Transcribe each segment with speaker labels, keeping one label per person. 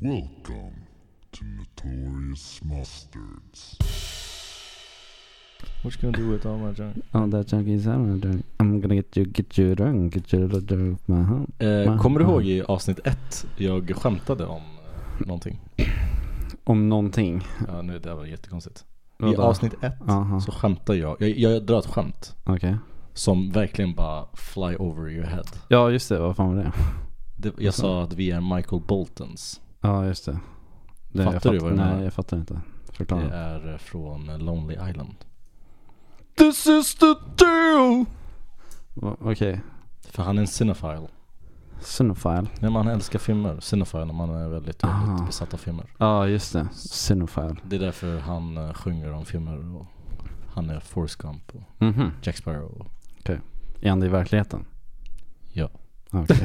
Speaker 1: Welcome to Notorious Mustards.
Speaker 2: What you gonna do with all my junk?
Speaker 3: Oh, that junk is out of drunk. I'm gonna get you, get you drunk, get you little drunk my hand.
Speaker 4: Eh,
Speaker 3: Va?
Speaker 4: kommer du
Speaker 3: Ja.
Speaker 4: ihåg i avsnitt ett jag skämtade om eh, någonting?
Speaker 3: Om någonting.
Speaker 4: Ja, nu, det här var jättekonstigt. I
Speaker 3: Vadå?
Speaker 4: avsnitt ett
Speaker 3: Aha,
Speaker 4: så skämtar jag. jag. Jag drar ett skämt
Speaker 3: okej.
Speaker 4: som verkligen bara fly over your head.
Speaker 3: Ja, just det. Vad fan var det?
Speaker 4: Det, jag sa att vi är Michael Boltons.
Speaker 3: Ja, just det. det
Speaker 4: Fattar
Speaker 3: jag
Speaker 4: du vad jag
Speaker 3: Nej,
Speaker 4: menar?
Speaker 3: jag fattar inte.
Speaker 4: Det
Speaker 3: Förklara.
Speaker 4: är eh, från eh, Lonely Island.
Speaker 3: This is the deal! Va- Okej.
Speaker 4: För han är en cinephile.
Speaker 3: Cinephile.
Speaker 4: Nej, men han älskar filmer. Cinephile när man är väldigt,
Speaker 3: Aha.
Speaker 4: väldigt besatt av filmer.
Speaker 3: Ja, just det. Cinephile.
Speaker 4: Det är därför han eh, sjunger om filmer och han är Forrest Gump och
Speaker 3: Mhm.
Speaker 4: Jack Sparrow. och-
Speaker 3: Är han det i verkligheten?
Speaker 4: Ja.
Speaker 3: Okej.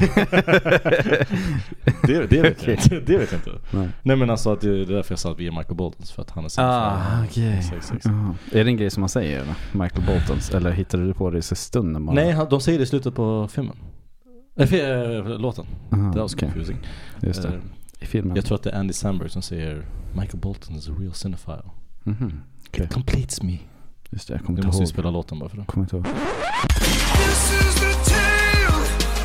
Speaker 4: det, det, vet jag inte. det vet jag inte.
Speaker 3: Nej.
Speaker 4: Nej. men alltså att det det är därför jag sa att vi är Michael Boltons för att han är
Speaker 3: Ah, okej.
Speaker 4: Exakt, exakt.
Speaker 3: Jaha. Är det en grej som man säger eller? Michael Boltons? Eller hittade du på det i stunden bara?
Speaker 4: Nej, han, de säger det i slutet på filmen. Äh, fi- äh, låten.
Speaker 3: Aha,
Speaker 4: Det var så
Speaker 3: Ah, okej.
Speaker 4: confusing.
Speaker 3: Just det.
Speaker 4: Eh,
Speaker 3: I filmen?
Speaker 4: jag tror att det är Andy Samberg som säger Michael Bolton is a real cinephile.
Speaker 3: Mhm. Okej.
Speaker 4: It completes me.
Speaker 3: Just det, jag kommer
Speaker 4: Nu
Speaker 3: inte
Speaker 4: måste vi
Speaker 3: ihåg.
Speaker 4: spela låten bara för det.
Speaker 3: Kommer inte ihåg.
Speaker 5: This is the tale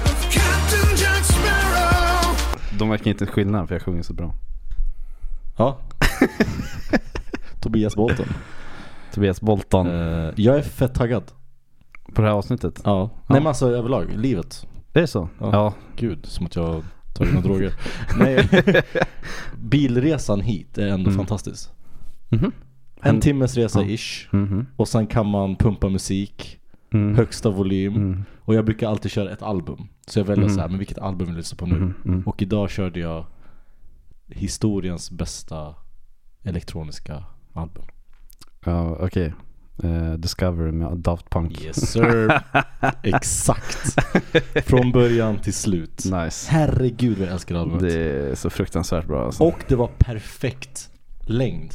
Speaker 5: of Captain Jack Sparrow.
Speaker 3: De verkar inte skillnad för jag sjunger så bra.
Speaker 4: Ja. Tobias Bolton.
Speaker 3: Tobias Bolton.
Speaker 4: Eh, jag är fett taggad.
Speaker 3: På det här avsnittet.
Speaker 4: Ja. Nej men alltså överlag, livet.
Speaker 3: Är det så?
Speaker 4: Ja.
Speaker 3: Ja.
Speaker 4: Gud, som att jag har tagit några droger. Nej. Bilresan hit är ändå
Speaker 3: Mm.
Speaker 4: fantastisk.
Speaker 3: Mhm.
Speaker 4: En timmes resa
Speaker 3: Ja.
Speaker 4: ish.
Speaker 3: Mhm.
Speaker 4: Och sen kan man pumpa musik,
Speaker 3: Mm.
Speaker 4: högsta volym.
Speaker 3: Mm.
Speaker 4: Och jag brukar alltid köra ett album. Så jag väljer
Speaker 3: Mm.
Speaker 4: så här, men vilket album vill jag lyssna på nu?
Speaker 3: Mm. Mm.
Speaker 4: Och idag körde jag historiens bästa elektroniska album.
Speaker 3: Ja, okej. Eh, Discovery med Daft Punk.
Speaker 4: Yes sir! Exakt! Från början till slut.
Speaker 3: Nice.
Speaker 4: Herregud vad jag älskar det albumet.
Speaker 3: Det är så fruktansvärt bra alltså.
Speaker 4: Och det var perfekt längd.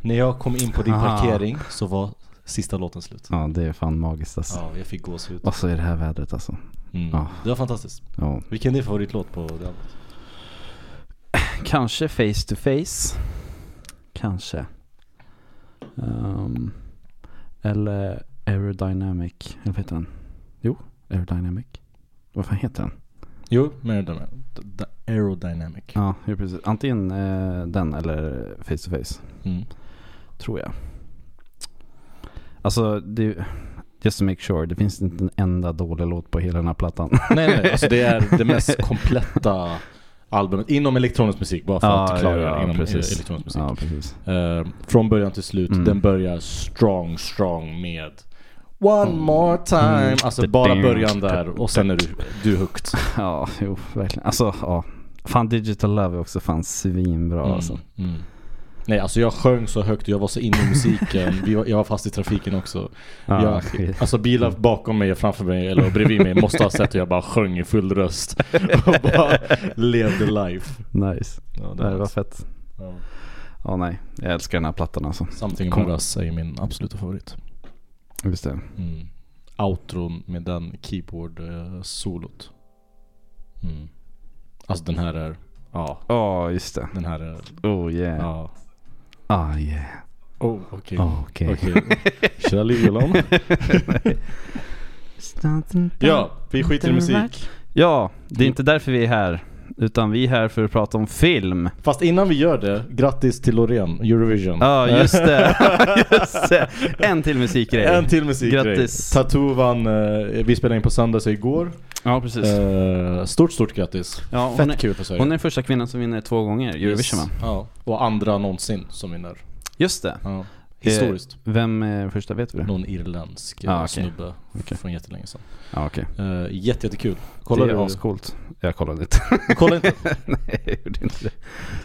Speaker 4: När jag kom in på din
Speaker 3: Ah.
Speaker 4: parkering så var sista låten slut.
Speaker 3: Ja, det är fan magiskt alltså.
Speaker 4: Ja, jag fick gåshud.
Speaker 3: Och så är det här vädret alltså.
Speaker 4: Mm.
Speaker 3: Ah.
Speaker 4: Det var fantastiskt.
Speaker 3: Ja.
Speaker 4: Vilken är din favoritlåt på det albumet?
Speaker 3: Kanske face to face. Kanske. Ehm, eller aerodynamic. Eller vad heter den? Jo, aerodynamic. Vad fan heter den?
Speaker 4: Jo, Meridama. The Aerodynamic.
Speaker 3: Ja, jo, precis. Antingen eh, den eller face to face.
Speaker 4: Mm.
Speaker 3: Tror jag. Alltså, det, just to make sure. Det finns inte en enda dålig låt på hela den här plattan.
Speaker 4: Nej, nej, nej, alltså det är det mest kompletta albumet inom elektronisk musik. Bara för
Speaker 3: Ah,
Speaker 4: att klargöra inom eh, elektronisk musik.
Speaker 3: Ja, precis.
Speaker 4: Eh, från början till slut,
Speaker 3: Ah. Mm.
Speaker 4: den börjar strong, strong med One more time.
Speaker 3: Mm.
Speaker 4: Alltså bara början där och sen är du, du hooked.
Speaker 3: Ja, jo, verkligen. Alltså, ja. Fan, Digital Love är också fan svinbra alltså.
Speaker 4: Mm, mm. Nej alltså jag sjöng så högt och jag var så inne i musiken. Vi var, jag var fast i trafiken också.
Speaker 3: Ja,
Speaker 4: jag,
Speaker 3: Ah, skit.
Speaker 4: alltså bilar bakom mig och framför mig eller bredvid mig måste ha sett hur jag bara sjöng i full röst. Och bara levde life.
Speaker 3: Nice.
Speaker 4: Ja, alltså,
Speaker 3: Det var fett.
Speaker 4: ja.
Speaker 3: Ja, nej. Jag älskar den här plattan alltså.
Speaker 4: Something
Speaker 3: Kom.
Speaker 4: About Us är ju min absoluta favorit.
Speaker 3: Just det.
Speaker 4: Mm. Outron med den keyboard-solot. Mm. Alltså den här är... Ja,
Speaker 3: Ja, just det.
Speaker 4: den här är...
Speaker 3: Oh yeah.
Speaker 4: Ja.
Speaker 3: Ah yeah.
Speaker 4: Oh, okej.
Speaker 3: Okej.
Speaker 4: Okej. Should I leave you alone? Ja, vi skiter i musik.
Speaker 3: Ja, det är inte därför vi är här. Utan vi är här för att prata om film.
Speaker 4: Fast innan vi gör det, grattis till Loreen, Eurovision.
Speaker 3: Ja, just det. just det. En till musikgrej.
Speaker 4: En till musikgrej.
Speaker 3: Grattis.
Speaker 4: Tattoo vann, eh, vi spelade in på söndag så igår.
Speaker 3: Ja, precis.
Speaker 4: Eh, stort, stort grattis.
Speaker 3: Ja, hon
Speaker 4: Fett
Speaker 3: är-
Speaker 4: kul för Sverige.
Speaker 3: Hon är den första kvinnan som vinner två gånger Eurovision va?
Speaker 4: Ja, och andra någonsin som vinner.
Speaker 3: Just det.
Speaker 4: Ja. Historiskt.
Speaker 3: Vem är den första? Vet vi det?
Speaker 4: Någon irländsk eh,
Speaker 3: Ah, okej.
Speaker 4: snubbe
Speaker 3: Okej.
Speaker 4: från jättelänge sedan.
Speaker 3: Ja, okej.
Speaker 4: Uh, jätte, jättekul.
Speaker 3: Kolla
Speaker 4: Kolla
Speaker 3: det är
Speaker 4: du?
Speaker 3: ascoolt. Jag kollade inte.
Speaker 4: Kolla inte.
Speaker 3: Nej, jag gjorde inte det.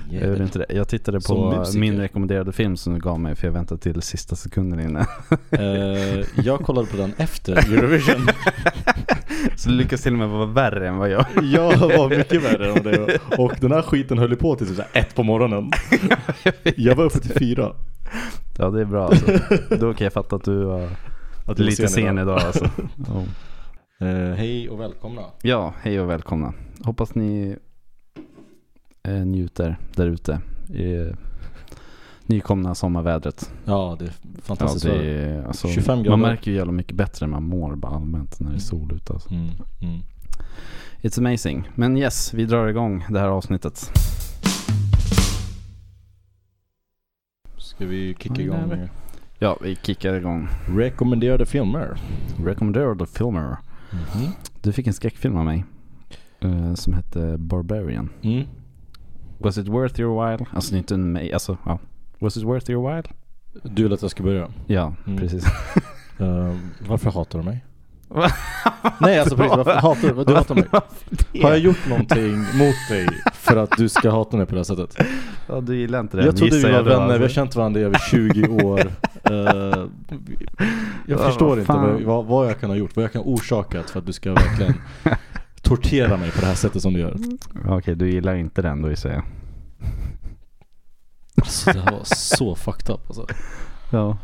Speaker 3: Jag gjorde inte det. Jag tittade
Speaker 4: Som
Speaker 3: på
Speaker 4: musiker.
Speaker 3: min rekommenderade film som du gav mig för jag väntade till sista sekunden innan.
Speaker 4: Eh, jag kollade på den efter Eurovision.
Speaker 3: Så du lyckas till och med vara värre än vad jag
Speaker 4: jag var mycket värre än det. Och den här skiten höll ju på till typ så här ett på morgonen. Jag var uppe till fyra.
Speaker 3: Ja det är bra alltså. Då kan jag fatta att du var
Speaker 4: Att det var
Speaker 3: lite sen
Speaker 4: idag.
Speaker 3: idag alltså.
Speaker 4: Eh, hej och välkomna.
Speaker 3: Ja, hej och välkomna. Hoppas ni eh, eh, njuter där ute. I nykomna sommarvädret.
Speaker 4: Ja, det är
Speaker 3: Ja,
Speaker 4: fantastiskt.
Speaker 3: det är, alltså,
Speaker 4: 25 grader.
Speaker 3: man märker ju jävla mycket bättre än man mår bara allmänt när det är sol ute. Alltså.
Speaker 4: mm, mm.
Speaker 3: It's amazing. Men yes, vi drar igång det här avsnittet.
Speaker 4: Ska vi kicka igång med
Speaker 3: Ja, vi kickar igång.
Speaker 4: rekommenderade filmer?
Speaker 3: Recommenderade filmer.
Speaker 4: Mhm.
Speaker 3: Du fick en skräckfilm av mig. eh, som hette Barbarian.
Speaker 4: Mm.
Speaker 3: Was it worth your while? Alltså det är inte en mig, alltså ja. Was it worth your while?
Speaker 4: Du vill att jag ska börja?
Speaker 3: Ja,
Speaker 4: Mm.
Speaker 3: precis.
Speaker 4: Eh, varför hatar du mig?
Speaker 3: Va?
Speaker 4: Nej alltså precis, varför hatar du, du hatar mig? Har jag gjort någonting mot dig för att du ska hata mig på det här sättet?
Speaker 3: Ja, du gillar inte det.
Speaker 4: Jag trodde
Speaker 3: gissar
Speaker 4: vi var
Speaker 3: då,
Speaker 4: vänner, vi har
Speaker 3: alltså.
Speaker 4: känt varandra i över 20 år. Eh, jag
Speaker 3: Ja,
Speaker 4: förstår
Speaker 3: vad
Speaker 4: inte vad,
Speaker 3: fan.
Speaker 4: vad, vad jag kan ha gjort, vad jag kan ha orsakat för att du ska verkligen tortera mig på det här sättet som du gör.
Speaker 3: Okej, du gillar inte den då gissar jag.
Speaker 4: Alltså det här var så fucked up alltså.
Speaker 3: Ja.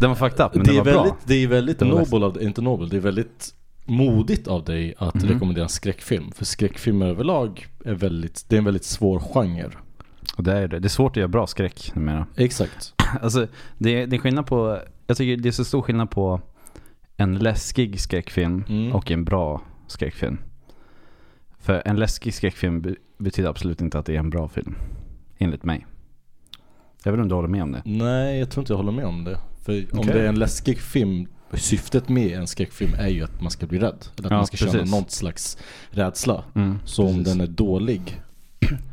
Speaker 3: Den var fucked up, men
Speaker 4: det,
Speaker 3: den
Speaker 4: är
Speaker 3: var
Speaker 4: väldigt,
Speaker 3: bra.
Speaker 4: det är väldigt
Speaker 3: Den var
Speaker 4: nobel av inte nobel, det är väldigt modigt av dig att
Speaker 3: Mhm.
Speaker 4: rekommendera en skräckfilm. För skräckfilmer överlag är väldigt, det är en väldigt svår genre.
Speaker 3: Och det är det. Det är svårt att göra bra skräck numera.
Speaker 4: Exakt.
Speaker 3: Alltså, det, det är skillnad på, jag tycker det är så stor skillnad på en läskig skräckfilm
Speaker 4: Mm.
Speaker 3: och en bra skräckfilm. För en läskig skräckfilm be- betyder absolut inte att det är en bra film. Enligt mig. Jag vet inte om du håller med om det.
Speaker 4: Nej, jag tror inte jag håller med om det. För om
Speaker 3: Okej.
Speaker 4: det är en läskig film, syftet med en skräckfilm är ju att man ska bli rädd. Eller att
Speaker 3: Ja,
Speaker 4: man ska känna
Speaker 3: precis.
Speaker 4: någon slags rädsla. Så
Speaker 3: Så
Speaker 4: om den är dålig,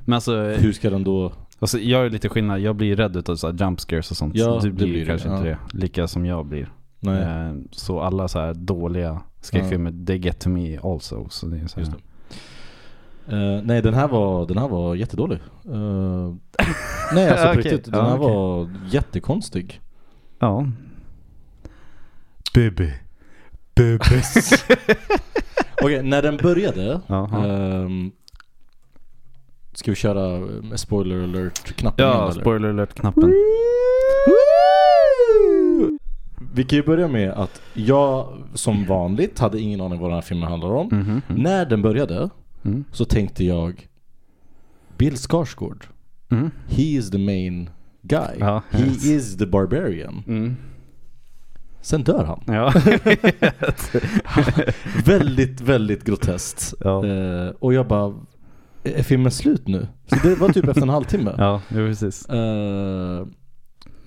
Speaker 3: Men alltså,
Speaker 4: hur ska den då...
Speaker 3: alltså, jag är lite skillnad. Jag blir rädd utav så här jump scares och sånt.
Speaker 4: Ja,
Speaker 3: du
Speaker 4: det
Speaker 3: blir,
Speaker 4: blir det,
Speaker 3: kanske
Speaker 4: ja.
Speaker 3: inte det. Lika som jag blir.
Speaker 4: Nej,
Speaker 3: Eh, Så alla så här dåliga skräckfilmer, they get to me also. Så det är så här.
Speaker 4: just det. Eh, nej den här var, den här var jättedålig. Eh, nej alltså på
Speaker 3: Okej.
Speaker 4: riktigt,
Speaker 3: Ja,
Speaker 4: den här
Speaker 3: okej.
Speaker 4: var jättekonstig.
Speaker 3: Ja.
Speaker 4: Okej, när den började
Speaker 3: Jaha.
Speaker 4: ehm, Ska vi köra eh, spoiler alert-knappen
Speaker 3: Ja,
Speaker 4: igen, eller?
Speaker 3: spoiler alert-knappen.
Speaker 4: Vi kan ju börja med att jag som
Speaker 3: Mm.
Speaker 4: vanligt hade ingen aning vad den här filmen handlar om.
Speaker 3: Mhm, mhm.
Speaker 4: När den började
Speaker 3: Mm.
Speaker 4: så tänkte jag Bill Skarsgård,
Speaker 3: Mm.
Speaker 4: he is the main guy.
Speaker 3: Ja,
Speaker 4: he
Speaker 3: yes.
Speaker 4: is the barbarian.
Speaker 3: Mm.
Speaker 4: Sen dör han.
Speaker 3: Ja.
Speaker 4: väldigt, väldigt groteskt.
Speaker 3: Ja.
Speaker 4: Eh, och jag bara, är filmen slut nu? Så det var typ efter en halvtimme.
Speaker 3: ja, jo, precis.
Speaker 4: Eh,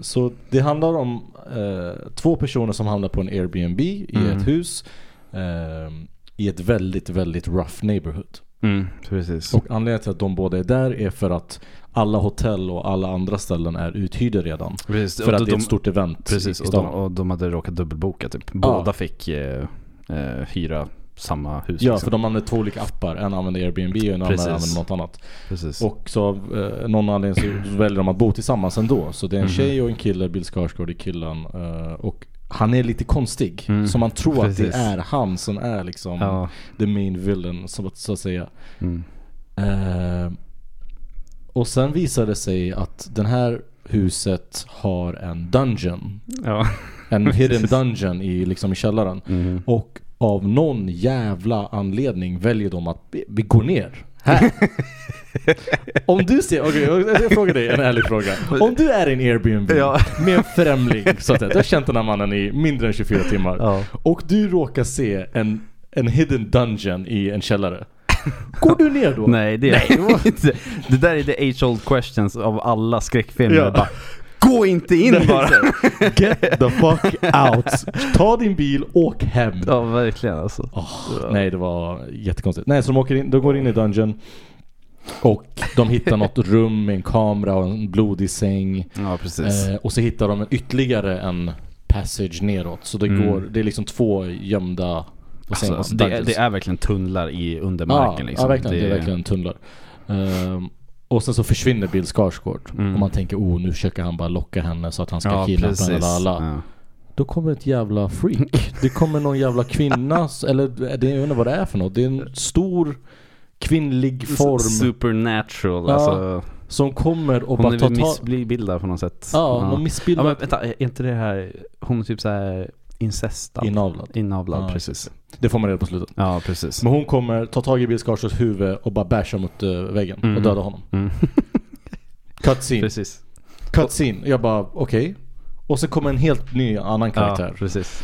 Speaker 4: så det handlar om eh, två personer som hamnar på en Airbnb i
Speaker 3: Mm.
Speaker 4: ett hus. ehm, I ett väldigt, väldigt rough neighborhood.
Speaker 3: Mm, precis.
Speaker 4: Och anledningen till att de båda är där är för att alla hotell och alla andra ställen är uthyrda redan.
Speaker 3: precis.
Speaker 4: För
Speaker 3: och
Speaker 4: att
Speaker 3: de-
Speaker 4: det är ett stort event
Speaker 3: Precis,
Speaker 4: i
Speaker 3: och
Speaker 4: stan.
Speaker 3: de, och de hade råkat dubbelboka typ. Båda fick eh, eh, hyra samma hus.
Speaker 4: Ja,
Speaker 3: liksom.
Speaker 4: för de använder två olika appar. En använder Airbnb och en annan
Speaker 3: Precis.
Speaker 4: använder något annat.
Speaker 3: precis.
Speaker 4: Och så av eh, någon anledning så väljer de att bo tillsammans ändå. Så det är en
Speaker 3: Mhm.
Speaker 4: tjej och en kille, Bill Skarsgård är killen. eh, och han är lite konstig.
Speaker 3: Mm,
Speaker 4: Så man tror att
Speaker 3: precis.
Speaker 4: det är han som är liksom
Speaker 3: ja.
Speaker 4: the main villain, så att, så att säga.
Speaker 3: Mm.
Speaker 4: Eh, och sen visar det sig att den här huset har en dungeon.
Speaker 3: ja.
Speaker 4: En hidden dungeon i, liksom, i källaren.
Speaker 3: Mm.
Speaker 4: Och av någon jävla anledning väljer de att vi, vi går ner. Här.
Speaker 3: Mm.
Speaker 4: Om du ser, okej jag jag frågar dig en ärlig fråga. Om du är i en Airbnb
Speaker 3: Ja.
Speaker 4: med en främling, så att säga, du har känt den här mannen i mindre än 24 timmar.
Speaker 3: Ja.
Speaker 4: Och du råkar se en, en hidden dungeon i en källare. Går du ner då?
Speaker 3: Nej, det är inte. Det där är the age old questions av alla skräckfilmer.
Speaker 4: Ja.
Speaker 3: Bara, Gå inte in bara!
Speaker 4: Get the fuck out. Ta din bil, åk hem.
Speaker 3: Ja, verkligen alltså.
Speaker 4: Åh, nej, det var jättekonstigt. Nej, så de, åker in, de går in i dungeon. Och de hittar något rum med en kamera och en blodig säng.
Speaker 3: Ja, precis.
Speaker 4: Eh, och så hittar de en, ytterligare en passage neråt. Så det,
Speaker 3: Mm.
Speaker 4: går, det är liksom två gömda... Vad säger
Speaker 3: Alltså,
Speaker 4: man?
Speaker 3: det,
Speaker 4: Dungeons.
Speaker 3: det är verkligen tunnlar i under marken
Speaker 4: ja,
Speaker 3: liksom.
Speaker 4: Ja, verkligen. Det, är verkligen tunnlar. Ehm, och sen så försvinner Bill Skarsgård.
Speaker 3: Mm.
Speaker 4: Och man tänker oh, nu försöker han bara locka henne så att han ska
Speaker 3: Ja,
Speaker 4: kidnappa henne.
Speaker 3: precis.
Speaker 4: Alla, alla.
Speaker 3: Ja.
Speaker 4: Då kommer ett jävla freak. Det kommer någon jävla kvinna, s- eller det, jag vet inte vad det är för något. Det är en stor kvinnlig form
Speaker 3: Supernatural,
Speaker 4: Ja,
Speaker 3: alltså.
Speaker 4: som kommer och
Speaker 3: Hon
Speaker 4: bara
Speaker 3: är
Speaker 4: tar
Speaker 3: väl
Speaker 4: tag...
Speaker 3: missbildad på något sätt.
Speaker 4: Ja,
Speaker 3: Ja.
Speaker 4: någon
Speaker 3: Ja,
Speaker 4: missbildad.
Speaker 3: men vänta, är inte det här, hon är typ så här incestad.
Speaker 4: Inavlad.
Speaker 3: Inavlad,
Speaker 4: Ja,
Speaker 3: precis.
Speaker 4: Det får man reda på slutet.
Speaker 3: Ja, precis.
Speaker 4: Men hon kommer ta tag i Bill Skarsgårds huvud och bara bashar mot eh, väggen och
Speaker 3: Mm.
Speaker 4: döda honom.
Speaker 3: Mm.
Speaker 4: Cut scene.
Speaker 3: precis.
Speaker 4: Cut scene. Jag bara okej. Och så kommer en helt ny annan
Speaker 3: Ja,
Speaker 4: karaktär.
Speaker 3: precis.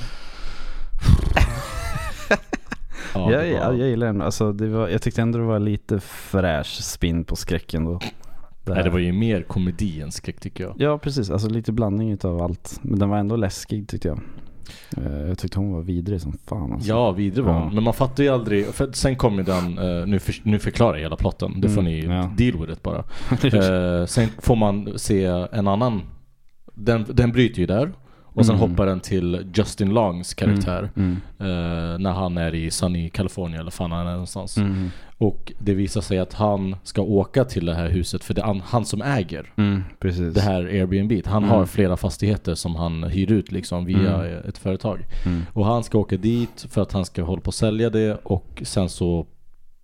Speaker 4: Ja,
Speaker 3: Ja,
Speaker 4: det
Speaker 3: ja,
Speaker 4: var-
Speaker 3: jag gillar den. Alltså, det var, jag tyckte ändå det var lite fräsch spinn på skräcken då.
Speaker 4: Nej, det var ju mer komedi än skräck tycker jag.
Speaker 3: Ja, precis. Alltså lite blandning utav allt. Men den var ändå läskig tyckte jag. Eh, Jag tyckte hon var vidrig som fan alltså.
Speaker 4: Ja, vidrig var
Speaker 3: Ja.
Speaker 4: hon. Men man fattar ju aldrig. För sen kom ju den, eh, nu, för, nu förklarar jag hela plotten. Det får
Speaker 3: Mm,
Speaker 4: ni
Speaker 3: ja.
Speaker 4: deal with it bara. Eh, sen får man se en annan. Den, den bryter ju där. Och sen
Speaker 3: Mm.
Speaker 4: hoppar den till Justin Longs karaktär.
Speaker 3: Mm.
Speaker 4: eh, när han är i Sunny California eller fan han är någonstans.
Speaker 3: Mm.
Speaker 4: Och det visar sig att han ska åka till det här huset för det är han, han som äger
Speaker 3: Mm. Precis.
Speaker 4: det här Airbnb. Han
Speaker 3: Mm.
Speaker 4: har flera fastigheter som han hyr ut liksom via
Speaker 3: Mm.
Speaker 4: ett företag.
Speaker 3: Mm.
Speaker 4: Och han ska åka dit för att han ska hålla på att sälja det och sen så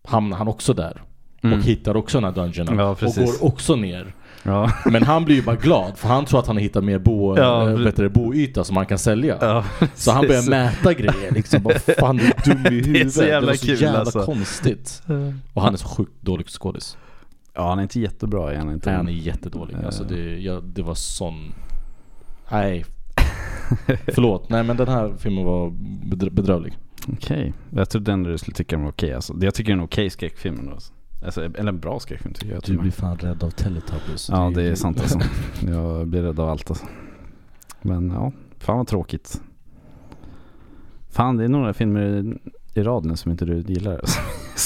Speaker 4: hamnar han också där.
Speaker 3: Mm.
Speaker 4: Och hittar också den här dungeonen.
Speaker 3: Ja,
Speaker 4: och
Speaker 3: precis.
Speaker 4: går också ner.
Speaker 3: Ja.
Speaker 4: Men han blir ju bara glad för han tror att han har hittat mer bo,
Speaker 3: Ja,
Speaker 4: ja,
Speaker 3: pre-
Speaker 4: bättre boyta som han kan sälja.
Speaker 3: ja.
Speaker 4: Så han börjar mäta grejer liksom. Bara, fan du är dum i huvudet.
Speaker 3: så jävla
Speaker 4: var
Speaker 3: kul,
Speaker 4: så jävla
Speaker 3: alltså.
Speaker 4: konstigt. Och han är så sjukt dålig skådis.
Speaker 3: Ja, han är inte jättebra igen. Inte.
Speaker 4: Han är jättedålig. Alltså
Speaker 3: Eh.
Speaker 4: det, jag, det var sån... Nej. Förlåt. Nej men den här filmen var bedr- bedrövlig.
Speaker 3: Okej. Jag trodde ändå du skulle tycka den var okej. alltså. Jag tycker den är okej skräckfilm ändå. Alltså. Alltså, eller en bra skräckfilm tycker jag. till och med.
Speaker 4: fan rädd av Teletubbies.
Speaker 3: Ja, det är sant alltså. Jag blir rädd av allt alltså. Men ja, fan vad tråkigt. Fan, det är några filmer i- i rad nu som inte du gillar. Alltså.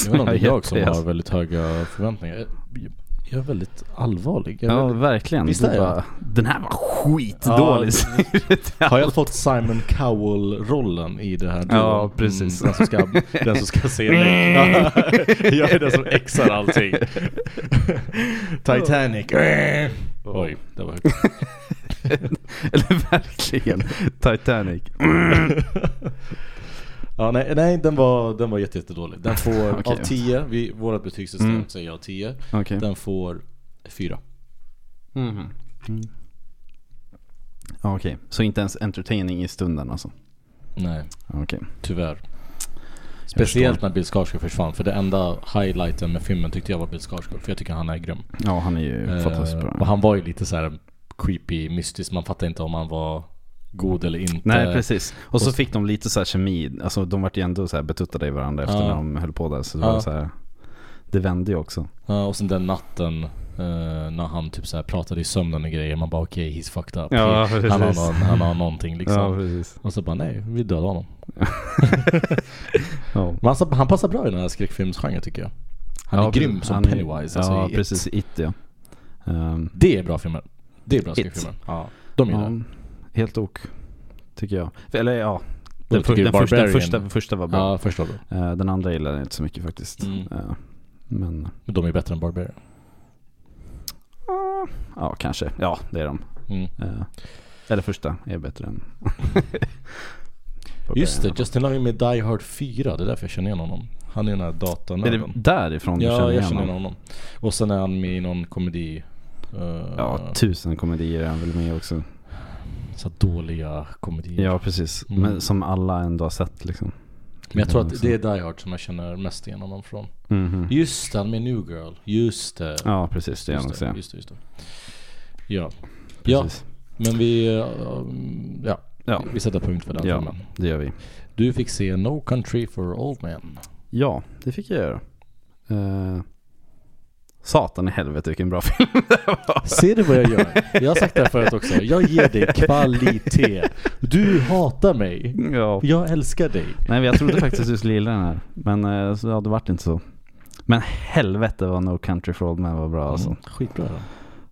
Speaker 4: Jag vet inte om det är jag som
Speaker 3: Jätte-
Speaker 4: har väldigt höga förväntningar. Jag- Jag är väldigt allvarlig. Jag är
Speaker 3: Ja,
Speaker 4: väldigt...
Speaker 3: verkligen.
Speaker 4: Visst
Speaker 3: Du
Speaker 4: är jag?
Speaker 3: bara, Den här var skitdålig.
Speaker 4: Har jag fått Simon Cowell-rollen i det här?
Speaker 3: Ja,
Speaker 4: Mm,
Speaker 3: precis.
Speaker 4: den, som ska, den som ska se dig. jag är den som exar allting. Titanic. Oj, det var högt.
Speaker 3: Eller verkligen. Titanic.
Speaker 4: Mm. Ja, nej, nej den var, den var jätte, jättedålig. Den får
Speaker 3: Okej.
Speaker 4: av 10, vi, vårt betygssystem
Speaker 3: Mm.
Speaker 4: säger jag 10.
Speaker 3: Okej.
Speaker 4: Den får 4. Mm-hmm.
Speaker 3: Mhm. Mm. Ja, Okej, så inte ens entertaining i stunden alltså?
Speaker 4: Nej,
Speaker 3: Okej.
Speaker 4: tyvärr. Speciellt när Bill Skarsgård försvann, för det enda highlighten med filmen tyckte jag var Bill Skarsgård, för jag tycker han är grym.
Speaker 3: Ja, han är ju
Speaker 4: Eh,
Speaker 3: fantastiskt bra.
Speaker 4: Och han var ju lite så här creepy, mystisk. Man fattar inte om han var god eller inte.
Speaker 3: Nej precis. Och så fick de lite så här kemi. Alltså de vart ju ändå så här betuttade i varandra efter
Speaker 4: Ja.
Speaker 3: när de höll på där. Så det
Speaker 4: Ja.
Speaker 3: var så här. Det vände ju också.
Speaker 4: Ja, och sen den natten eh, när han typ så här pratade i sömnen och grejer. Man bara okej, he's fucked up.
Speaker 3: Ja, precis.
Speaker 4: han, har någon, han har någonting liksom.
Speaker 3: precis.
Speaker 4: Och så bara nej, vi dödar honom.
Speaker 3: Ja.
Speaker 4: Men alltså, han passar bra i den här skräckfilmsgenren tycker jag. Han är
Speaker 3: Ja,
Speaker 4: grym
Speaker 3: precis.
Speaker 4: som
Speaker 3: Han är-
Speaker 4: Pennywise. Alltså,
Speaker 3: ja
Speaker 4: i It.
Speaker 3: precis, It ja. Ehm,
Speaker 4: Det är bra filmer. Det är bra
Speaker 3: It.
Speaker 4: skräckfilmer. Ja, de gillar
Speaker 3: ja, helt ok. Tycker jag. Eller ja.
Speaker 4: Då
Speaker 3: Den, för,
Speaker 4: tycker
Speaker 3: den, första, den
Speaker 4: Barbarian-
Speaker 3: första, första var bra.
Speaker 4: Ja, förstår du.
Speaker 3: Eh, den andra gillade jag inte så mycket faktiskt.
Speaker 4: Mm.
Speaker 3: Eh, men
Speaker 4: Men de är bättre än Barbarian.
Speaker 3: ja, kanske. Ja, det är de.
Speaker 4: Mm.
Speaker 3: Eh, eller första är bättre än.
Speaker 4: Just det, Justin Long är med i Die Hard 4, det är därför jag känner igen honom. Han är den här
Speaker 3: Är det
Speaker 4: datanörden.
Speaker 3: därifrån du
Speaker 4: Ja,
Speaker 3: känner
Speaker 4: jag
Speaker 3: igen
Speaker 4: känner igen
Speaker 3: honom?
Speaker 4: honom. Och sen är han med i någon komedi. eh,
Speaker 3: Ja, tusen komedier är han väl med också.
Speaker 4: så här dåliga komedier.
Speaker 3: Ja, precis.
Speaker 4: Mm.
Speaker 3: Men som alla ändå har sett liksom.
Speaker 4: Men jag tror att det är Die Hard som jag känner mest igen honom från.
Speaker 3: Mhm.
Speaker 4: Just det, han är med i New Girl. Just det.
Speaker 3: Ja, precis. Det är han
Speaker 4: just,
Speaker 3: också.
Speaker 4: det
Speaker 3: Ja.
Speaker 4: just det, just det. Ja. Ja,
Speaker 3: Precis.
Speaker 4: men vi... eh, ja,
Speaker 3: Ja.
Speaker 4: vi sätter punkt för den
Speaker 3: ja,
Speaker 4: filmen.
Speaker 3: det gör vi.
Speaker 4: Du fick se No Country for Old Men.
Speaker 3: Ja, det fick jag göra. Eh, satan i helvete vilken bra film.
Speaker 4: Ser du vad jag gör? Jag har sagt det här förut också. Jag ger dig kvalitet. Du hatar mig.
Speaker 3: ja.
Speaker 4: Jag älskar dig.
Speaker 3: Nej, men jag trodde faktiskt du skulle gilla den här. Men eh, så, ja, det vart inte så. Men helvete vad No Country for Old Men var bra alltså.
Speaker 4: Mm, Skitbra.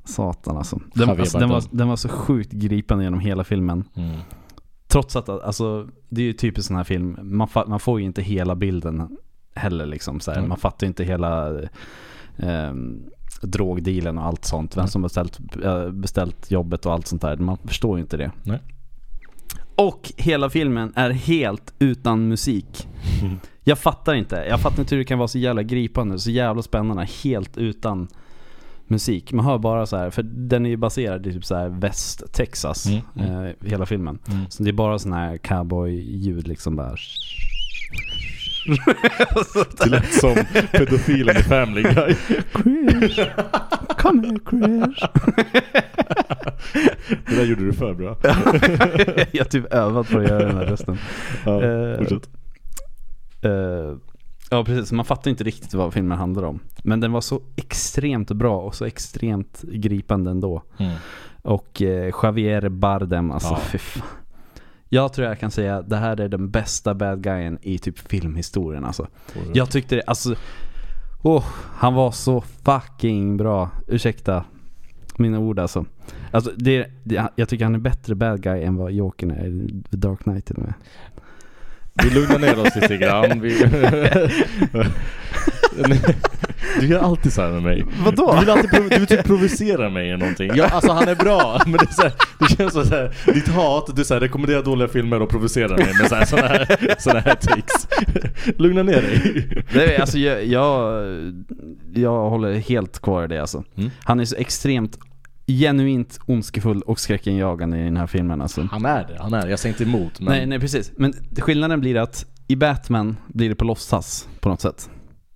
Speaker 3: Satan alltså. Den,
Speaker 4: Javier
Speaker 3: alltså den, var,
Speaker 4: Bardem.
Speaker 3: den var så sjukt gripande genom hela filmen.
Speaker 4: Mm.
Speaker 3: Trots att, alltså, det är ju typiskt sån här film, man, fa- man får ju inte hela bilden heller liksom. Så här.
Speaker 4: Mm.
Speaker 3: Man fattar ju inte hela eh, drogdealen och allt sånt. Vem
Speaker 4: Mm.
Speaker 3: som beställt, eh, beställt jobbet och allt sånt där. Man förstår ju inte det.
Speaker 4: Nej.
Speaker 3: Och hela filmen är helt utan musik. Jag fattar inte. Jag fattar inte hur det kan vara så jävla gripande, så jävla spännande, helt utan musik. Man hör bara så här, för den är ju baserad i typ så här väst Texas,
Speaker 4: Mm, mm.
Speaker 3: eh, hela filmen.
Speaker 4: Mm.
Speaker 3: Så det är bara sån här cowboy-ljud liksom bara.
Speaker 4: Det lät som pedofilen i Family Guy.
Speaker 3: Chris, kom här Chris.
Speaker 4: Det där gjorde du för bra.
Speaker 3: Jag har typ övat på att göra den här rösten.
Speaker 4: Ja,
Speaker 3: Eh,
Speaker 4: fortsätt.
Speaker 3: Eh, ja precis, man fattar inte riktigt vad filmen handlar om. Men den var så extremt bra och så extremt gripande ändå. Och eh, Javier Bardem, alltså
Speaker 4: Ja.
Speaker 3: fy fan. Jag tror jag kan säga det här är den bästa bad guyen i typ filmhistorien alltså.
Speaker 4: Mm.
Speaker 3: Jag tyckte det, alltså. Oh, han var så fucking bra. Ursäkta mina ord alltså. alltså det, det, jag tycker han är bättre bad guy än vad Jokern är i The Dark Knight till och med.
Speaker 4: Vi lugnar ner oss lite grann. Vi... Du gör alltid så här med mig.
Speaker 3: Vadå?
Speaker 4: Du vill alltid prov- du vill typ provocera mig eller någonting. Ja, alltså han är bra, men det, är så här, det känns så här, ditt hat, du så här, rekommenderar dåliga filmer och provocerar mig med så här, såna, här, såna här takes. Lugna ner dig.
Speaker 3: Nej, alltså jag, jag, jag håller helt kvar i det alltså.
Speaker 4: Mm.
Speaker 3: Han är så extremt genuint ondskefull och skräckinjagande i den här filmen alltså.
Speaker 4: Han är det, han är det. Jag säger inte emot men...
Speaker 3: Nej, nej precis. Men skillnaden blir att i Batman blir det på låtsas på något sätt.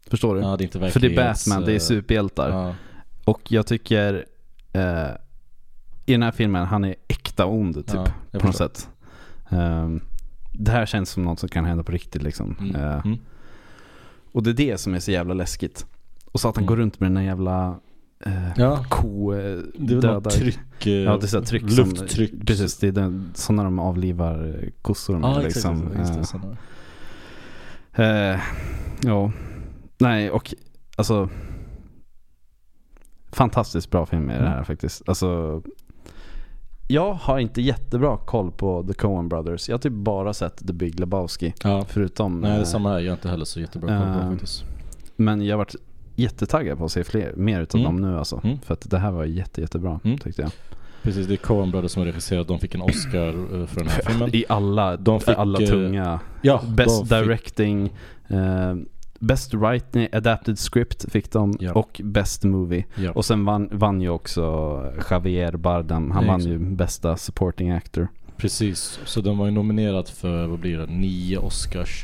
Speaker 3: Förstår du?
Speaker 4: Ja, det är inte
Speaker 3: För det är
Speaker 4: verklighets-
Speaker 3: Batman, det är superhjältar.
Speaker 4: Ja.
Speaker 3: Och jag tycker eh, i den här filmen, han är äkta ond typ.
Speaker 4: Ja, jag
Speaker 3: på något
Speaker 4: förstår.
Speaker 3: sätt. Ehm, det här känns som något som kan hända på riktigt liksom.
Speaker 4: Mm.
Speaker 3: Eh,
Speaker 4: Mm.
Speaker 3: och det är det som är så jävla läskigt. Och så att han
Speaker 4: Mm.
Speaker 3: går runt med den där jävla eh,
Speaker 4: Ja.
Speaker 3: ko... Eh,
Speaker 4: Det är väl något tryck... eh,
Speaker 3: Ja, det är så här tryck
Speaker 4: Lufttryck.
Speaker 3: Som, precis, det är den, sådana de avlivar eh, kossorna.
Speaker 4: Ja, exakt.
Speaker 3: liksom.
Speaker 4: exakt, just det,
Speaker 3: Eh,
Speaker 4: sådana.
Speaker 3: Eh, ja. Nej, och alltså. Fantastiskt bra film är det
Speaker 4: Mm.
Speaker 3: här faktiskt. Alltså. Jag har inte jättebra koll på The Coen Brothers. Jag har typ bara sett The Big Lebowski.
Speaker 4: Ja.
Speaker 3: Förutom.
Speaker 4: Nej, det är
Speaker 3: eh,
Speaker 4: samma här. Jag har inte heller så jättebra koll på det
Speaker 3: Ehm,
Speaker 4: faktiskt.
Speaker 3: Men jag har varit jättetaggad på att se fler, mer utav
Speaker 4: Mm.
Speaker 3: dem nu alltså.
Speaker 4: Mm.
Speaker 3: För att det här var jätte, jättebra
Speaker 4: Mm.
Speaker 3: tyckte jag.
Speaker 4: Precis, det är Coen Brothers som har regisserat. De fick en Oscar eh, för den här filmen.
Speaker 3: I alla,
Speaker 4: De fick,
Speaker 3: alla
Speaker 4: eh,
Speaker 3: tunga.
Speaker 4: Ja,
Speaker 3: Best
Speaker 4: de fick-
Speaker 3: Directing. eh, Best Writing, Adapted Script fick de.
Speaker 4: Ja.
Speaker 3: Och Best Movie.
Speaker 4: Ja.
Speaker 3: Och sen vann, vann ju också Javier Bardem. Han
Speaker 4: Ja,
Speaker 3: vann
Speaker 4: exakt.
Speaker 3: ju bästa supporting actor.
Speaker 4: Precis, så den var ju nominerad för, vad blir det, nio Oscars.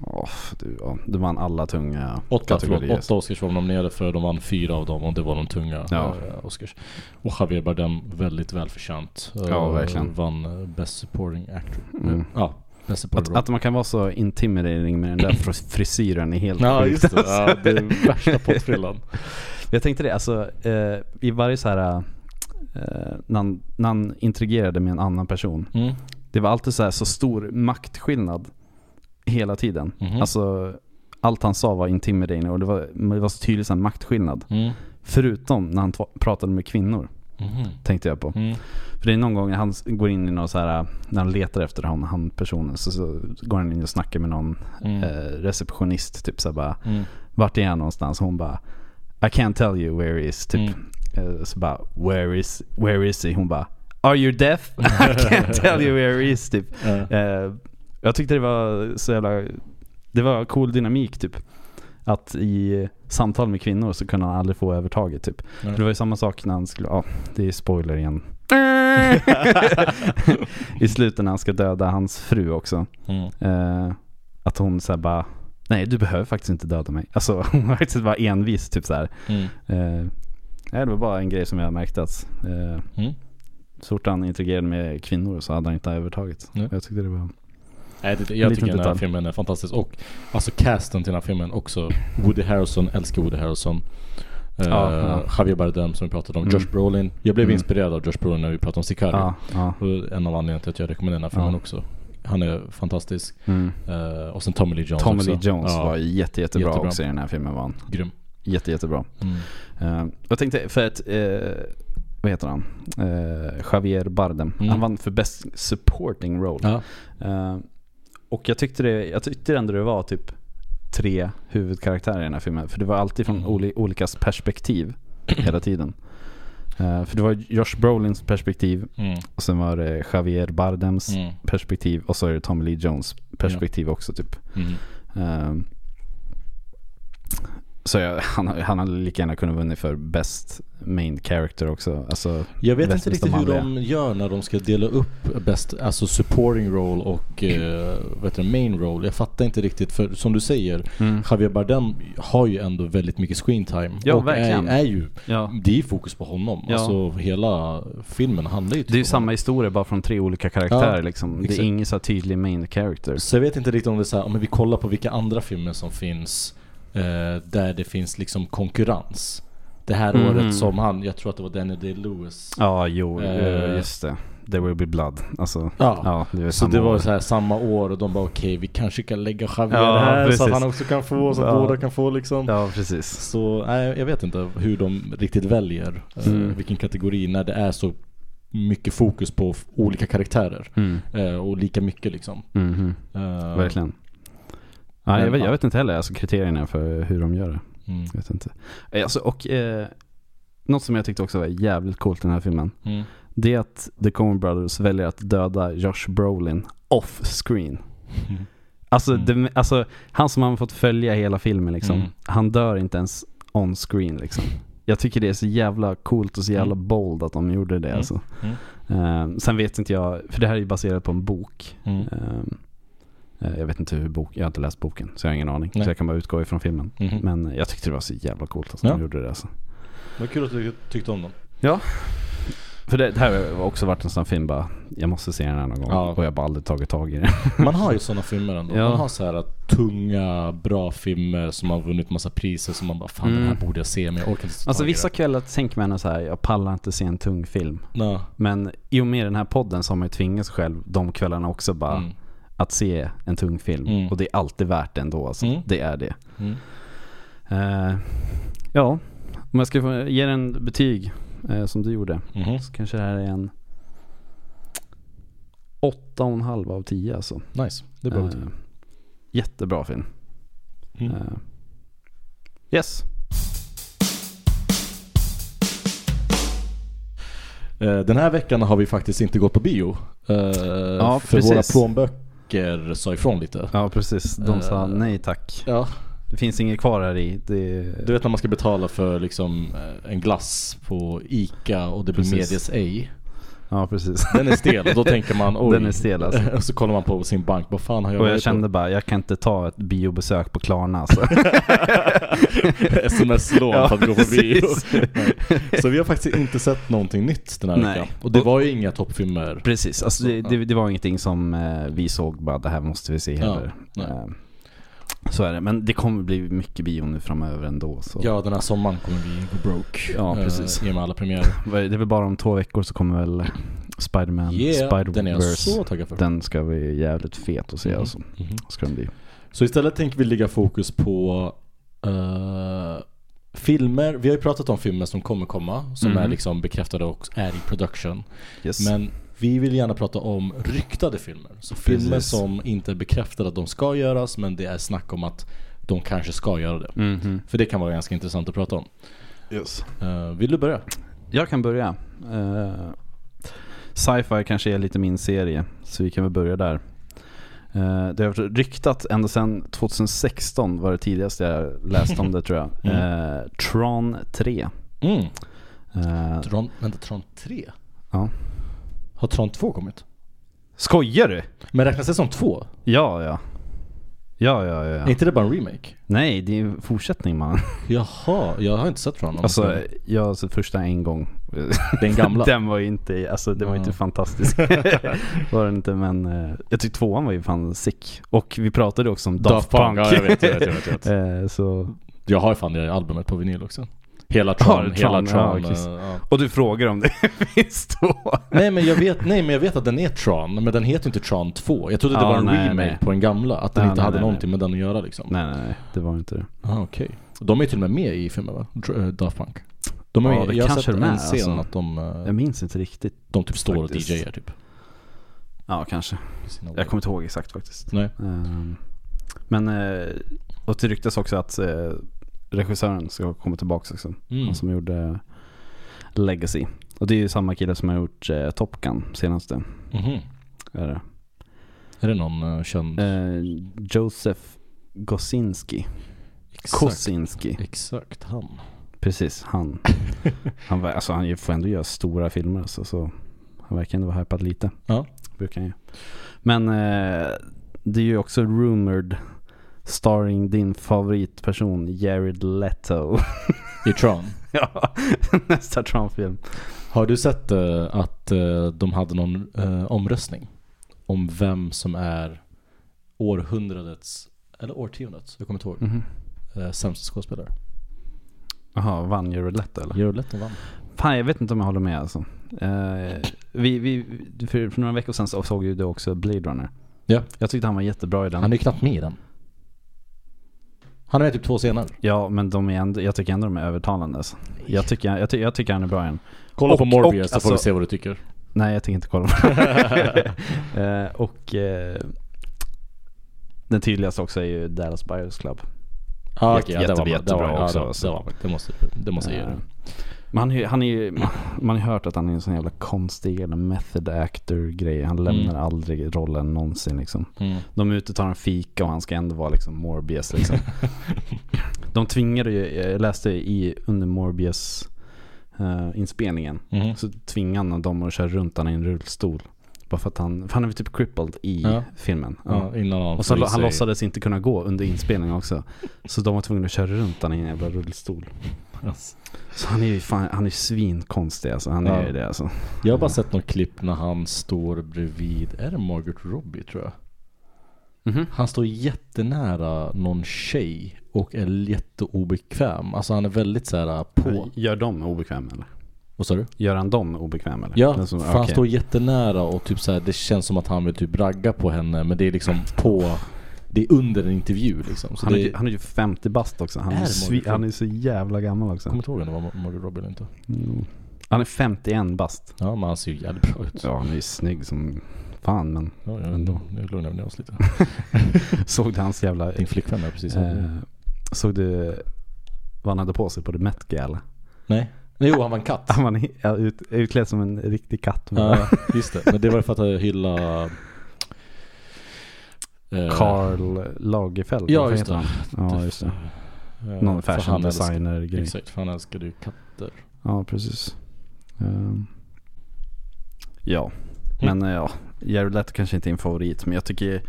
Speaker 3: Åh, du, ja, du vann alla tunga
Speaker 4: Åtta, förlåt,
Speaker 3: kategorier.
Speaker 4: åtta Oscars var de nominerade för, de vann fyra av dem och det var de tunga
Speaker 3: Ja.
Speaker 4: eh, Oscars. Och Javier Bardem, väldigt välförtjänt. eh,
Speaker 3: Ja, verkligen.
Speaker 4: Vann eh, Best Supporting Actor.
Speaker 3: Mm.
Speaker 4: Ja, Best Supporting
Speaker 3: Att, att man kan vara så intimidating med den där fr- frisyren är helt
Speaker 4: Ja,
Speaker 3: sjukt.
Speaker 4: just det. Ja, det är värsta pottfrillan.
Speaker 3: Jag tänkte det, alltså eh, i varje så här eh, när, han, när han interagerade med en annan person.
Speaker 4: Mm.
Speaker 3: Det var alltid så här så stor maktskillnad hela tiden.
Speaker 4: Mhm.
Speaker 3: Alltså allt han sa var intimidating och det var, det var så tydlig så här maktskillnad.
Speaker 4: Mm.
Speaker 3: Förutom när han t- pratade med kvinnor.
Speaker 4: Mhm.
Speaker 3: Tänkte jag på.
Speaker 4: Mm.
Speaker 3: För det är någon gång han s- går in i någon så här, äh, när han letar efter hon, han personen så, så går han in och snackar med någon
Speaker 4: Mm.
Speaker 3: eh, receptionist. Typ så här bara,
Speaker 4: Mm.
Speaker 3: vart är han någonstans? Hon bara, I can't tell you where he is. Typ.
Speaker 4: Mm.
Speaker 3: Eh, så bara, where is, where is he? Hon bara, are you deaf? I can't tell you where he is. Typ.
Speaker 4: Ja.
Speaker 3: Eh, jag tyckte det var så jävla, det var cool dynamik typ. Att i samtal med kvinnor så kunde han aldrig få övertaget typ.
Speaker 4: Nej.
Speaker 3: För det var ju samma sak när han skulle, ja det är spoiler igen. I slutet när han ska döda hans fru också.
Speaker 4: Mm.
Speaker 3: Eh, att hon såhär bara, nej du behöver faktiskt inte döda mig. Alltså hon var faktiskt bara envis typ såhär.
Speaker 4: Mm.
Speaker 3: Eh, nej, det var bara en grej som jag märkte att eh,
Speaker 4: Mm.
Speaker 3: så fort han interagerade med kvinnor så hade han inte övertaget.
Speaker 4: Nej.
Speaker 3: Jag tyckte det var...
Speaker 4: Nej, det,
Speaker 3: En
Speaker 4: jag
Speaker 3: liten
Speaker 4: tycker den här
Speaker 3: detalj.
Speaker 4: filmen är fantastisk. Och alltså casten till den här filmen också. Woody Harrelson, älskar Woody Harrelson. Eh,
Speaker 3: Ja, ja.
Speaker 4: Javier Bardem som vi pratade om.
Speaker 3: Mm.
Speaker 4: Josh Brolin. Jag blev
Speaker 3: Mm.
Speaker 4: inspirerad av Josh Brolin när vi pratade om Sicario.
Speaker 3: Ja, ja.
Speaker 4: Och en av anledningarna till att jag rekommenderar den här filmen
Speaker 3: Ja.
Speaker 4: också. Han är fantastisk.
Speaker 3: Mm.
Speaker 4: Eh, och sen Tommy Lee Jones
Speaker 3: Tommy
Speaker 4: också.
Speaker 3: Lee Jones
Speaker 4: ja,
Speaker 3: var jätte, jättebra,
Speaker 4: Jättebra.
Speaker 3: också i den här filmen var han.
Speaker 4: grym.
Speaker 3: Jätte, jättebra.
Speaker 4: Mm.
Speaker 3: Eh, jag tänkte för att, eh, vad heter han? Eh, Javier Bardem.
Speaker 4: Mm.
Speaker 3: Han vann för Best Supporting Role.
Speaker 4: Ja.
Speaker 3: Eh, och jag tyckte, det, jag tyckte ändå det var typ tre huvudkaraktärer i den här filmen. För det var alltid från
Speaker 4: Mm.
Speaker 3: oli, olika perspektiv hela tiden. Eh, för det var Josh Brolins perspektiv
Speaker 4: Mm.
Speaker 3: och sen var det Javier Bardems
Speaker 4: Mm.
Speaker 3: perspektiv och så är det Tommy Lee Jones perspektiv också typ.
Speaker 4: Mm.
Speaker 3: Ehm, Så jag, han, han hade lika gärna kunnat vunnit för bäst main character också. Alltså,
Speaker 4: Jag vet
Speaker 3: bäst-
Speaker 4: inte riktigt
Speaker 3: bästa
Speaker 4: hur
Speaker 3: manliga.
Speaker 4: de gör när de ska dela upp bäst, alltså supporting role och eh, vad heter det, main role. Jag fattar inte riktigt för som du säger,
Speaker 3: Mm.
Speaker 4: Javier Bardem har ju ändå väldigt mycket screen time.
Speaker 3: Ja,
Speaker 4: och
Speaker 3: verkligen.
Speaker 4: Är, är ju,
Speaker 3: Ja.
Speaker 4: det är ju fokus på honom.
Speaker 3: Ja.
Speaker 4: Alltså hela filmen handlar ju typ
Speaker 3: Det är ju
Speaker 4: om
Speaker 3: samma historia bara från tre olika karaktärer
Speaker 4: Ja,
Speaker 3: liksom. Det
Speaker 4: exakt.
Speaker 3: är ingen så här tydlig main character.
Speaker 4: Så jag vet inte riktigt om det är så här, om vi kollar på vilka andra filmer som finns eh, där det finns liksom konkurrens. Det här
Speaker 3: Mhm.
Speaker 4: året som han, jag tror att det var Danny Day-Lewis.
Speaker 3: Ja, jo,
Speaker 4: Eh.
Speaker 3: eh, just det. There will be blood. Alltså,
Speaker 4: Ja.
Speaker 3: ja det är
Speaker 4: Så
Speaker 3: samma
Speaker 4: det var
Speaker 3: år.
Speaker 4: så här samma år och de bara okej vi kanske kan lägga Javier
Speaker 3: Ja,
Speaker 4: här så att
Speaker 3: precis.
Speaker 4: han också kan få, så att
Speaker 3: Ja.
Speaker 4: båda kan få liksom.
Speaker 3: Ja, precis.
Speaker 4: Så nej, jag vet inte hur de riktigt väljer eh,
Speaker 3: Mm.
Speaker 4: vilken kategori när det är så mycket fokus på f- olika karaktärer.
Speaker 3: Mm.
Speaker 4: eh, Och lika mycket liksom.
Speaker 3: Mhm.
Speaker 4: Eh,
Speaker 3: Verkligen. Ja, jag,
Speaker 4: Men,
Speaker 3: vet,
Speaker 4: ja.
Speaker 3: jag vet inte heller alltså, kriterierna för hur de gör det.
Speaker 4: Mm.
Speaker 3: Jag vet inte. Eh, Alltså, och eh, något som jag tyckte också var jävligt coolt i den här filmen.
Speaker 4: Mm.
Speaker 3: Det är att The Coen Brothers väljer att döda Josh Brolin off screen.
Speaker 4: Mm.
Speaker 3: Alltså,
Speaker 4: Mm.
Speaker 3: det, alltså han som har fått följa hela filmen liksom.
Speaker 4: Mm.
Speaker 3: Han dör inte ens on screen liksom. Jag tycker det är så jävla coolt och så jävla
Speaker 4: Mm.
Speaker 3: bold att de gjorde det
Speaker 4: Mm.
Speaker 3: alltså.
Speaker 4: Mm.
Speaker 3: Ehm, sen vet inte jag, för det här är ju baserat på en bok.
Speaker 4: Mm.
Speaker 3: Ehm, eh, jag vet inte hur bok, jag har inte läst boken så jag har ingen aning.
Speaker 4: Nej.
Speaker 3: Så jag kan bara utgå ifrån filmen.
Speaker 4: Mhm.
Speaker 3: Men jag tyckte det var så jävla coolt att
Speaker 4: Ja.
Speaker 3: de gjorde det alltså.
Speaker 4: Vad kul att du tyckte om dem.
Speaker 3: För det, det här har också varit en sån här film bara, jag måste se den här någon gång.
Speaker 4: Ja.
Speaker 3: Och jag har bara aldrig tagit tag i den.
Speaker 4: Man har ju sådana filmer ändå.
Speaker 3: Ja.
Speaker 4: Man har så här eh, tunga, bra filmer som har vunnit massa priser som man bara fan den här
Speaker 3: Mm.
Speaker 4: borde jag se men jag orkar inte ta
Speaker 3: Alltså
Speaker 4: tag i
Speaker 3: vissa
Speaker 4: det.
Speaker 3: kvällar tänker man så här, jag pallar inte se en tung film.
Speaker 4: Nej.
Speaker 3: Men i och med den här podden så har man ju tvingat sig själv de kvällarna också bara
Speaker 4: Mm.
Speaker 3: att se en tung film.
Speaker 4: Mm.
Speaker 3: Och det är alltid värt det ändå alltså.
Speaker 4: Mm.
Speaker 3: Det är det.
Speaker 4: Mm.
Speaker 3: Eh, ja, om jag ska få ge den betyg eh, som du gjorde.
Speaker 4: Mhm.
Speaker 3: Så kanske det här är en 8,5 av 10 alltså.
Speaker 4: Nice, det är bra
Speaker 3: Eh, jättebra film.
Speaker 4: Mm.
Speaker 3: Eh, yes.
Speaker 4: Eh, Den här veckan har vi faktiskt inte gått på bio. Eh, för
Speaker 3: precis.
Speaker 4: våra plånböcker sa ifrån lite.
Speaker 3: Ja precis, de sa
Speaker 4: Eh.
Speaker 3: nej tack.
Speaker 4: Ja.
Speaker 3: Det finns inget kvar här i. Det...
Speaker 4: Du vet när man ska betala för liksom eh, en glass på Ica och det blir
Speaker 3: Precis.
Speaker 4: medges ej.
Speaker 3: Ja precis.
Speaker 4: Den är stel och då tänker man oj.
Speaker 3: Den är stel, alltså.
Speaker 4: Och så kollar man på sin bank, vad fan har jag
Speaker 3: Och jag
Speaker 4: varit på?
Speaker 3: kände bara, jag kan inte ta ett biobesök på Klarna alltså.
Speaker 4: sms-lån
Speaker 3: Ja,
Speaker 4: för att gå på bio.
Speaker 3: precis.
Speaker 4: Nej. Så vi har faktiskt inte sett någonting nytt den här
Speaker 3: Nej.
Speaker 4: veckan. Och det var ju inga toppfilmer.
Speaker 3: Precis, alltså det, det, det var ingenting som eh, vi såg bara det här måste vi se
Speaker 4: Ja,
Speaker 3: heller.
Speaker 4: nej.
Speaker 3: Eh, så är det, men det kommer bli mycket bio nu framöver ändå. Så.
Speaker 4: Ja, den här sommaren kommer vi gå broke.
Speaker 3: Ja,
Speaker 4: eh,
Speaker 3: precis.
Speaker 4: I och med alla premiärer.
Speaker 3: Vad är- Det är väl bara om två veckor så kommer väl Spider-Man,
Speaker 4: Yeah, den är jag så
Speaker 3: Spider-Verse.
Speaker 4: taggad för.
Speaker 3: Den ska bli jävligt fet att se alltså.
Speaker 4: Mhm.
Speaker 3: Ska den bli.
Speaker 4: Så istället tänker vi lägga fokus på eh, filmer. Vi har ju pratat om filmer som kommer komma, som
Speaker 3: Mm.
Speaker 4: är liksom bekräftade och är i production.
Speaker 3: Yes.
Speaker 4: Men vi vill gärna prata om ryktade filmer. Så filmer
Speaker 3: Precis.
Speaker 4: som inte är bekräftade att de ska göras, men det är snack om att de kanske ska göra det.
Speaker 3: Mhm.
Speaker 4: För det kan vara ganska intressant att prata om. Eh, vill du börja?
Speaker 3: Jag kan börja. Eh, Sci-fi kanske är lite min serie, så vi kan väl börja där. Eh, det har varit ryktat ända sedan 2016 var det tidigaste jag läste om det tror jag. Eh, Tron 3.
Speaker 4: Mm.
Speaker 3: Eh,
Speaker 4: Tron, vänta, Tron 3?
Speaker 3: ja.
Speaker 4: Har Tron 2 kommit?
Speaker 3: Skojar du?
Speaker 4: Men räknas det som 2?
Speaker 3: Ja, ja. Ja, ja, ja.
Speaker 4: Är
Speaker 3: ja.
Speaker 4: inte det bara en remake?
Speaker 3: Nej, det är en fortsättning man.
Speaker 4: Jaha, jag har inte sett Tron. om jag
Speaker 3: Alltså,
Speaker 4: ska-
Speaker 3: jag har sett första en gång.
Speaker 4: den gamla.
Speaker 3: Den var ju inte, alltså, den var ju inte
Speaker 4: Ja.
Speaker 3: fantastisk. var den inte, men eh, jag tyckte tvåan var ju fan sick. Och vi pratade också om Daft, Punk.
Speaker 4: Ja, jag vet, jag vet, jag vet. Jag, vet.
Speaker 3: Eh, så.
Speaker 4: jag har ju fan det albumet på vinyl också. Hela Tron,
Speaker 3: Har du
Speaker 4: hela
Speaker 3: Tron? Ja,
Speaker 4: Tron.
Speaker 3: okej.
Speaker 4: eh, ja.
Speaker 3: Och du frågar om det finns två.
Speaker 4: Nej men, jag vet, nej men jag vet att den är Tron, men den heter ju inte Tron 2. Jag trodde det
Speaker 3: Ja,
Speaker 4: var en
Speaker 3: nej,
Speaker 4: remake
Speaker 3: nej.
Speaker 4: på den gamla, att den
Speaker 3: Ja,
Speaker 4: inte
Speaker 3: nej,
Speaker 4: hade
Speaker 3: nej,
Speaker 4: någonting med den att göra liksom.
Speaker 3: Nej, nej, nej. Det var inte det.
Speaker 4: Ah, okej. De är ju till och med med i filmen va? Dr- eh, Daft Punk. De är
Speaker 3: Ja,
Speaker 4: med.
Speaker 3: det
Speaker 4: jag har
Speaker 3: kanske
Speaker 4: sett
Speaker 3: de är,
Speaker 4: en scen
Speaker 3: alltså.
Speaker 4: att de, eh,
Speaker 3: Jag minns inte riktigt.
Speaker 4: de typ står och
Speaker 3: faktiskt.
Speaker 4: DJar typ.
Speaker 3: Ja, kanske.
Speaker 4: i sina-
Speaker 3: Jag kommer inte ihåg exakt faktiskt.
Speaker 4: Nej.
Speaker 3: Ehm, men, eh, och det ryktas också att eh, regissören ska komma tillbaka också.
Speaker 4: Mm.
Speaker 3: Han som gjorde Legacy. Och det är ju samma kille som har gjort eh, Top Gun senaste.
Speaker 4: Mhm.
Speaker 3: Är det.
Speaker 4: Är det någon eh, känd?
Speaker 3: Eh, Joseph Gosinski.
Speaker 4: Exakt.
Speaker 3: Kosinski.
Speaker 4: Exakt han.
Speaker 3: Precis, han. Han, var- alltså, han får ändå göra stora filmer alltså, så han verkar ändå vara hypad lite.
Speaker 4: Ja.
Speaker 3: Brukar han ju. Men eh, det är ju också rumored starring din favoritperson Jared Leto.
Speaker 4: I Tron.
Speaker 3: ja, nästa Trump-film.
Speaker 4: Har du sett eh, att eh, de hade någon eh, omröstning? Om vem som är århundradets, eller årtiondets, jag kommer inte ihåg,
Speaker 3: Mhm.
Speaker 4: eh, sämsta skådespelare.
Speaker 3: Jaha, vann Jared Leto eller?
Speaker 4: Jared Leto vann.
Speaker 3: Fan jag vet inte om jag håller med alltså. Eh, vi, vi, för, för några veckor sedan så såg ju du också Blade Runner.
Speaker 4: Ja.
Speaker 3: Jag tyckte han var jättebra i den.
Speaker 4: Han är ju knappt med i den. Han är med i typ två scener.
Speaker 3: Ja men de är ändå, jag tycker ändå de är övertalande alltså. jag, tycker, jag, ty, jag tycker han är bra i den.
Speaker 4: Kolla
Speaker 3: Och-
Speaker 4: på Morbius
Speaker 3: och,
Speaker 4: så får vi
Speaker 3: alltså-
Speaker 4: se vad du tycker.
Speaker 3: Nej jag tänker inte kolla på den. Eh, Och eh, den tydligaste också är ju Dallas Buyers Club.
Speaker 4: Ah,
Speaker 3: Jätte- jätte- jättebra också,
Speaker 4: Ja, det,
Speaker 3: så-
Speaker 4: var, det måste det måste jag
Speaker 3: Eh,
Speaker 4: göra.
Speaker 3: Men han, är ju- han är ju, man har ju hört att han är en sån jävla konstig jävla method actor grej. Han lämnar
Speaker 4: Mm.
Speaker 3: aldrig rollen någonsin liksom.
Speaker 4: Mm.
Speaker 3: De är ute och tar en fika och han ska ändå vara liksom Morbius liksom. De tvingade ju, jag läste i under Morbius eh, inspelningen.
Speaker 4: Mhm.
Speaker 3: Så tvingade han dem att köra runt honom i en rullstol. Bara för att han, för han är väl typ crippled i
Speaker 4: Ja.
Speaker 3: filmen. Ja.
Speaker 4: Ja, innan han
Speaker 3: Och så
Speaker 4: får i
Speaker 3: han
Speaker 4: sig-
Speaker 3: låtsades inte kunna gå under inspelningen också. Så de var tvungna att köra runt honom i en jävla rullstol.
Speaker 4: Yes.
Speaker 3: Så han är ju fan, han är svinkonstig alltså. Han är
Speaker 4: Ja.
Speaker 3: ju det alltså.
Speaker 4: Jag har bara sett något klipp när han står bredvid, är det Margaret Robbie tror jag?
Speaker 3: Mhm.
Speaker 4: Han står jättenära någon tjej och är jätteobekväm. Alltså han är väldigt så här på.
Speaker 3: Gör de obekväm eller?
Speaker 4: Vad sa du?
Speaker 3: Gör han dem obekväm eller?
Speaker 4: Ja,
Speaker 3: Den som-
Speaker 4: för han
Speaker 3: okej.
Speaker 4: står jättenära och typ så här, det känns som att han vill typ ragga på henne men det är liksom på, det är under en intervju liksom. Så
Speaker 3: Han är,
Speaker 4: det,
Speaker 3: ju- han är ju 50 bast också. Han
Speaker 4: Är
Speaker 3: är,
Speaker 4: det
Speaker 3: svi,
Speaker 4: Morgan
Speaker 3: han är så jävla gammal också. Mm.
Speaker 4: kommer inte ihåg om det var Mar- Margot Robbie eller inte.
Speaker 3: Han är 51 bast.
Speaker 4: Ja men han ser ju jävligt bra ut.
Speaker 3: Ja, han är ju snygg som fan men
Speaker 4: Ja, ja,
Speaker 3: Ändå.
Speaker 4: Nu lugnar vi ner oss lite.
Speaker 3: såg du hans jävla...
Speaker 4: Din flickvän är precis
Speaker 3: Eh, såg du vad han hade på sig på The Met Gala?
Speaker 4: Nej. Nej, Jo, han var en katt.
Speaker 3: Han var he- ja, ut, utklädd som en riktig katt.
Speaker 4: Ja, just det. Men det var för att hylla... eh,
Speaker 3: Carl Lagerfeld.
Speaker 4: Ja,
Speaker 3: vad
Speaker 4: just
Speaker 3: heter
Speaker 4: det.
Speaker 3: han? Ja, just det.
Speaker 4: eh,
Speaker 3: Någon
Speaker 4: för
Speaker 3: fashion
Speaker 4: han älskar-
Speaker 3: designer-grej.
Speaker 4: Exakt, för han älskade ju katter.
Speaker 3: Ja, precis. Ehm. ja,
Speaker 4: Mm.
Speaker 3: men eh, ja. Jared Leto kanske inte är en favorit, men jag tycker,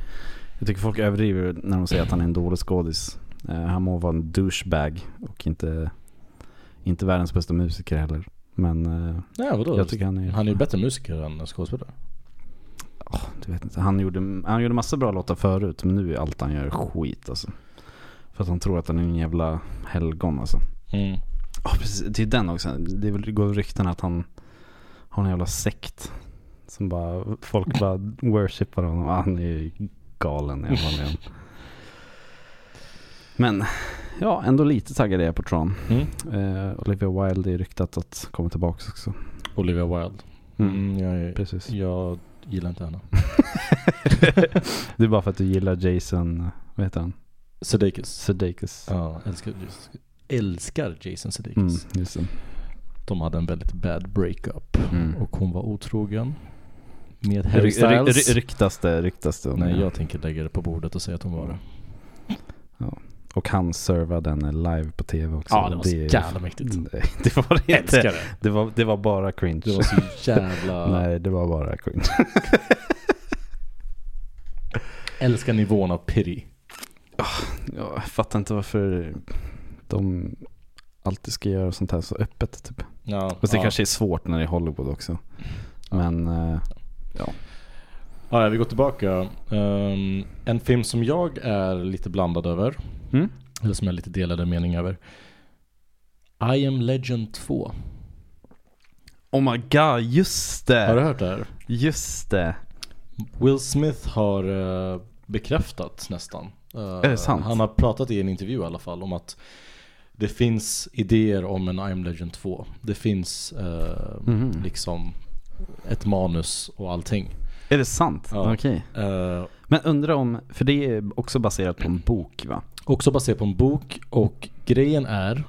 Speaker 3: jag tycker folk överdriver när de säger att han är en dålig skådis. Eh, han må vara en douchebag och inte, inte världens bästa musiker heller. Men eh,
Speaker 4: Nej, vadå?
Speaker 3: jag tycker han är...
Speaker 4: han är ju bättre musiker än skådespelare.
Speaker 3: Åh, du vet inte. Han gjorde, han gjorde massa bra låtar förut, men nu är allt han gör skit alltså. För att han tror att han är en jävla helgon alltså.
Speaker 4: Mm.
Speaker 3: Ja precis, det är den också. Det är väl- det går rykten att han har en jävla sekt. Som bara, folk bara worshipar honom. Ah, Han är ju galen i alla fall. igen. Men ja, ändå lite taggad är jag på Tron.
Speaker 4: Mm.
Speaker 3: Eh, Olivia Wilde är ryktat att komma tillbaka också.
Speaker 4: Olivia Wilde. Mm, jag, är-
Speaker 3: Precis.
Speaker 4: jag gillar inte henne.
Speaker 3: Det är bara för att du gillar Jason, vad heter han?
Speaker 4: Sudeikis.
Speaker 3: Sudeikis.
Speaker 4: Ja, älskar, älskar Jason Sudeikis.
Speaker 3: Mm, just det.
Speaker 4: De hade en väldigt bad breakup.
Speaker 3: Mm.
Speaker 4: Och hon var otrogen. Med Harry
Speaker 3: Ry- ry-
Speaker 4: Styles.
Speaker 3: ry- Ryktas det, ryktas det. om
Speaker 4: Nej,
Speaker 3: det.
Speaker 4: jag tänker lägga det på bordet och säga att hon var det.
Speaker 3: Och han servade henne live på tv också.
Speaker 4: Ja, det var så
Speaker 3: är-
Speaker 4: jävla mäktigt.
Speaker 3: Nej, det var det inte.
Speaker 4: Älskar det.
Speaker 3: Det var, Mm. det var bara cringe.
Speaker 4: Det var så jävla...
Speaker 3: Nej, det var bara cringe.
Speaker 4: Älskar nivån av pity.
Speaker 3: Jag fattar inte varför de alltid ska göra sånt här så öppet. Typ.
Speaker 4: Ja,
Speaker 3: Fast det
Speaker 4: ja.
Speaker 3: kanske är svårt när det är Hollywood också. Men eh,
Speaker 4: Ja, ja, vi går tillbaka. Ehm, en film som jag är lite blandad över,
Speaker 3: Mm.
Speaker 4: eller som jag är lite delade mening över. I am legend 2.
Speaker 3: oh my god, just det!
Speaker 4: Har du hört det här?
Speaker 3: Just det.
Speaker 4: Will Smith har eh, bekräftat nästan. Eh,
Speaker 3: Är det sant?
Speaker 4: Han har pratat i en intervju i alla fall om att det finns idéer om en I am legend 2. Det finns eh,
Speaker 3: Mhm.
Speaker 4: liksom ett manus och allting.
Speaker 3: Är det sant?
Speaker 4: Ja.
Speaker 3: Okej.
Speaker 4: Eh,
Speaker 3: Men undra om, för det är också baserat på en bok va?
Speaker 4: Också baserat på en bok och grejen är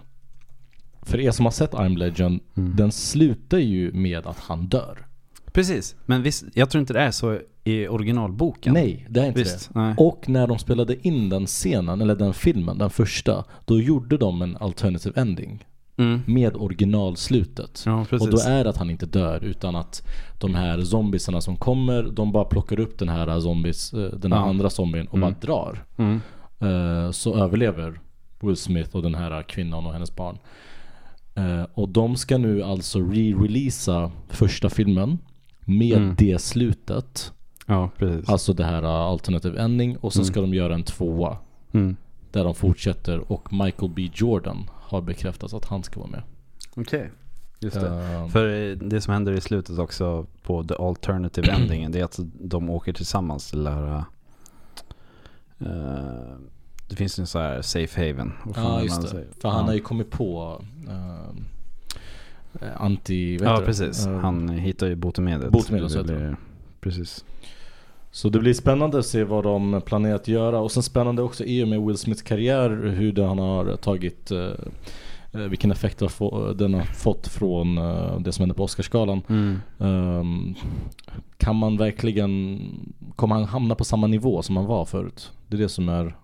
Speaker 3: Mm.
Speaker 4: För er som har sett I'm Legend Den slutar ju med att han dör
Speaker 3: Precis, men visst, jag tror inte det är så i originalboken.
Speaker 4: Nej, det är inte
Speaker 3: Visst,
Speaker 4: det.
Speaker 3: nej.
Speaker 4: Och när de spelade in den scenen, eller den filmen, den första, då gjorde de en alternative ending.
Speaker 3: Mm.
Speaker 4: Med originalslutet.
Speaker 3: Ja, precis.
Speaker 4: och då är det att han inte dör utan att de här zombiesarna som kommer, de bara plockar upp den här, zombies, eh, den här
Speaker 3: Ja.
Speaker 4: andra zombien och bara drar.
Speaker 3: Mm.
Speaker 4: Eh, så överlever Will Smith och den här kvinnan och hennes barn. Eh, och de ska nu alltså re-releasa första filmen med
Speaker 3: Mm.
Speaker 4: det slutet.
Speaker 3: Ja, precis.
Speaker 4: Alltså det här uh, alternative ending och så ska de göra en tvåa.
Speaker 3: Mm.
Speaker 4: Där de fortsätter och Michael B Jordan har bekräftats att han ska vara med.
Speaker 3: Okej, just det.
Speaker 4: Eh,
Speaker 3: För eh, det som händer i slutet också på the alternative endingen det är att de åker tillsammans till det här... eh, det finns ju en sån här safe haven. Vad fan är
Speaker 4: ja
Speaker 3: man
Speaker 4: just det.
Speaker 3: säger?
Speaker 4: För han
Speaker 3: Ja.
Speaker 4: har ju kommit på ehm, eh, anti... vad
Speaker 3: Ja
Speaker 4: heter det?
Speaker 3: precis,
Speaker 4: Eh,
Speaker 3: han hittar ju botemedlet.
Speaker 4: Botemedlet,
Speaker 3: Det
Speaker 4: så heter
Speaker 3: blir- Precis.
Speaker 4: Så det blir spännande att se vad de planerar att göra och sen spännande också i och med Will Smiths karriär hur det han har tagit eh, eh, vilken effekt det har få- eh, den har fått från eh, det som hände på Oscarsgalan.
Speaker 3: Mm.
Speaker 4: Ehm, kan man verkligen, kommer han hamna på samma nivå som han var förut? Det är det som är,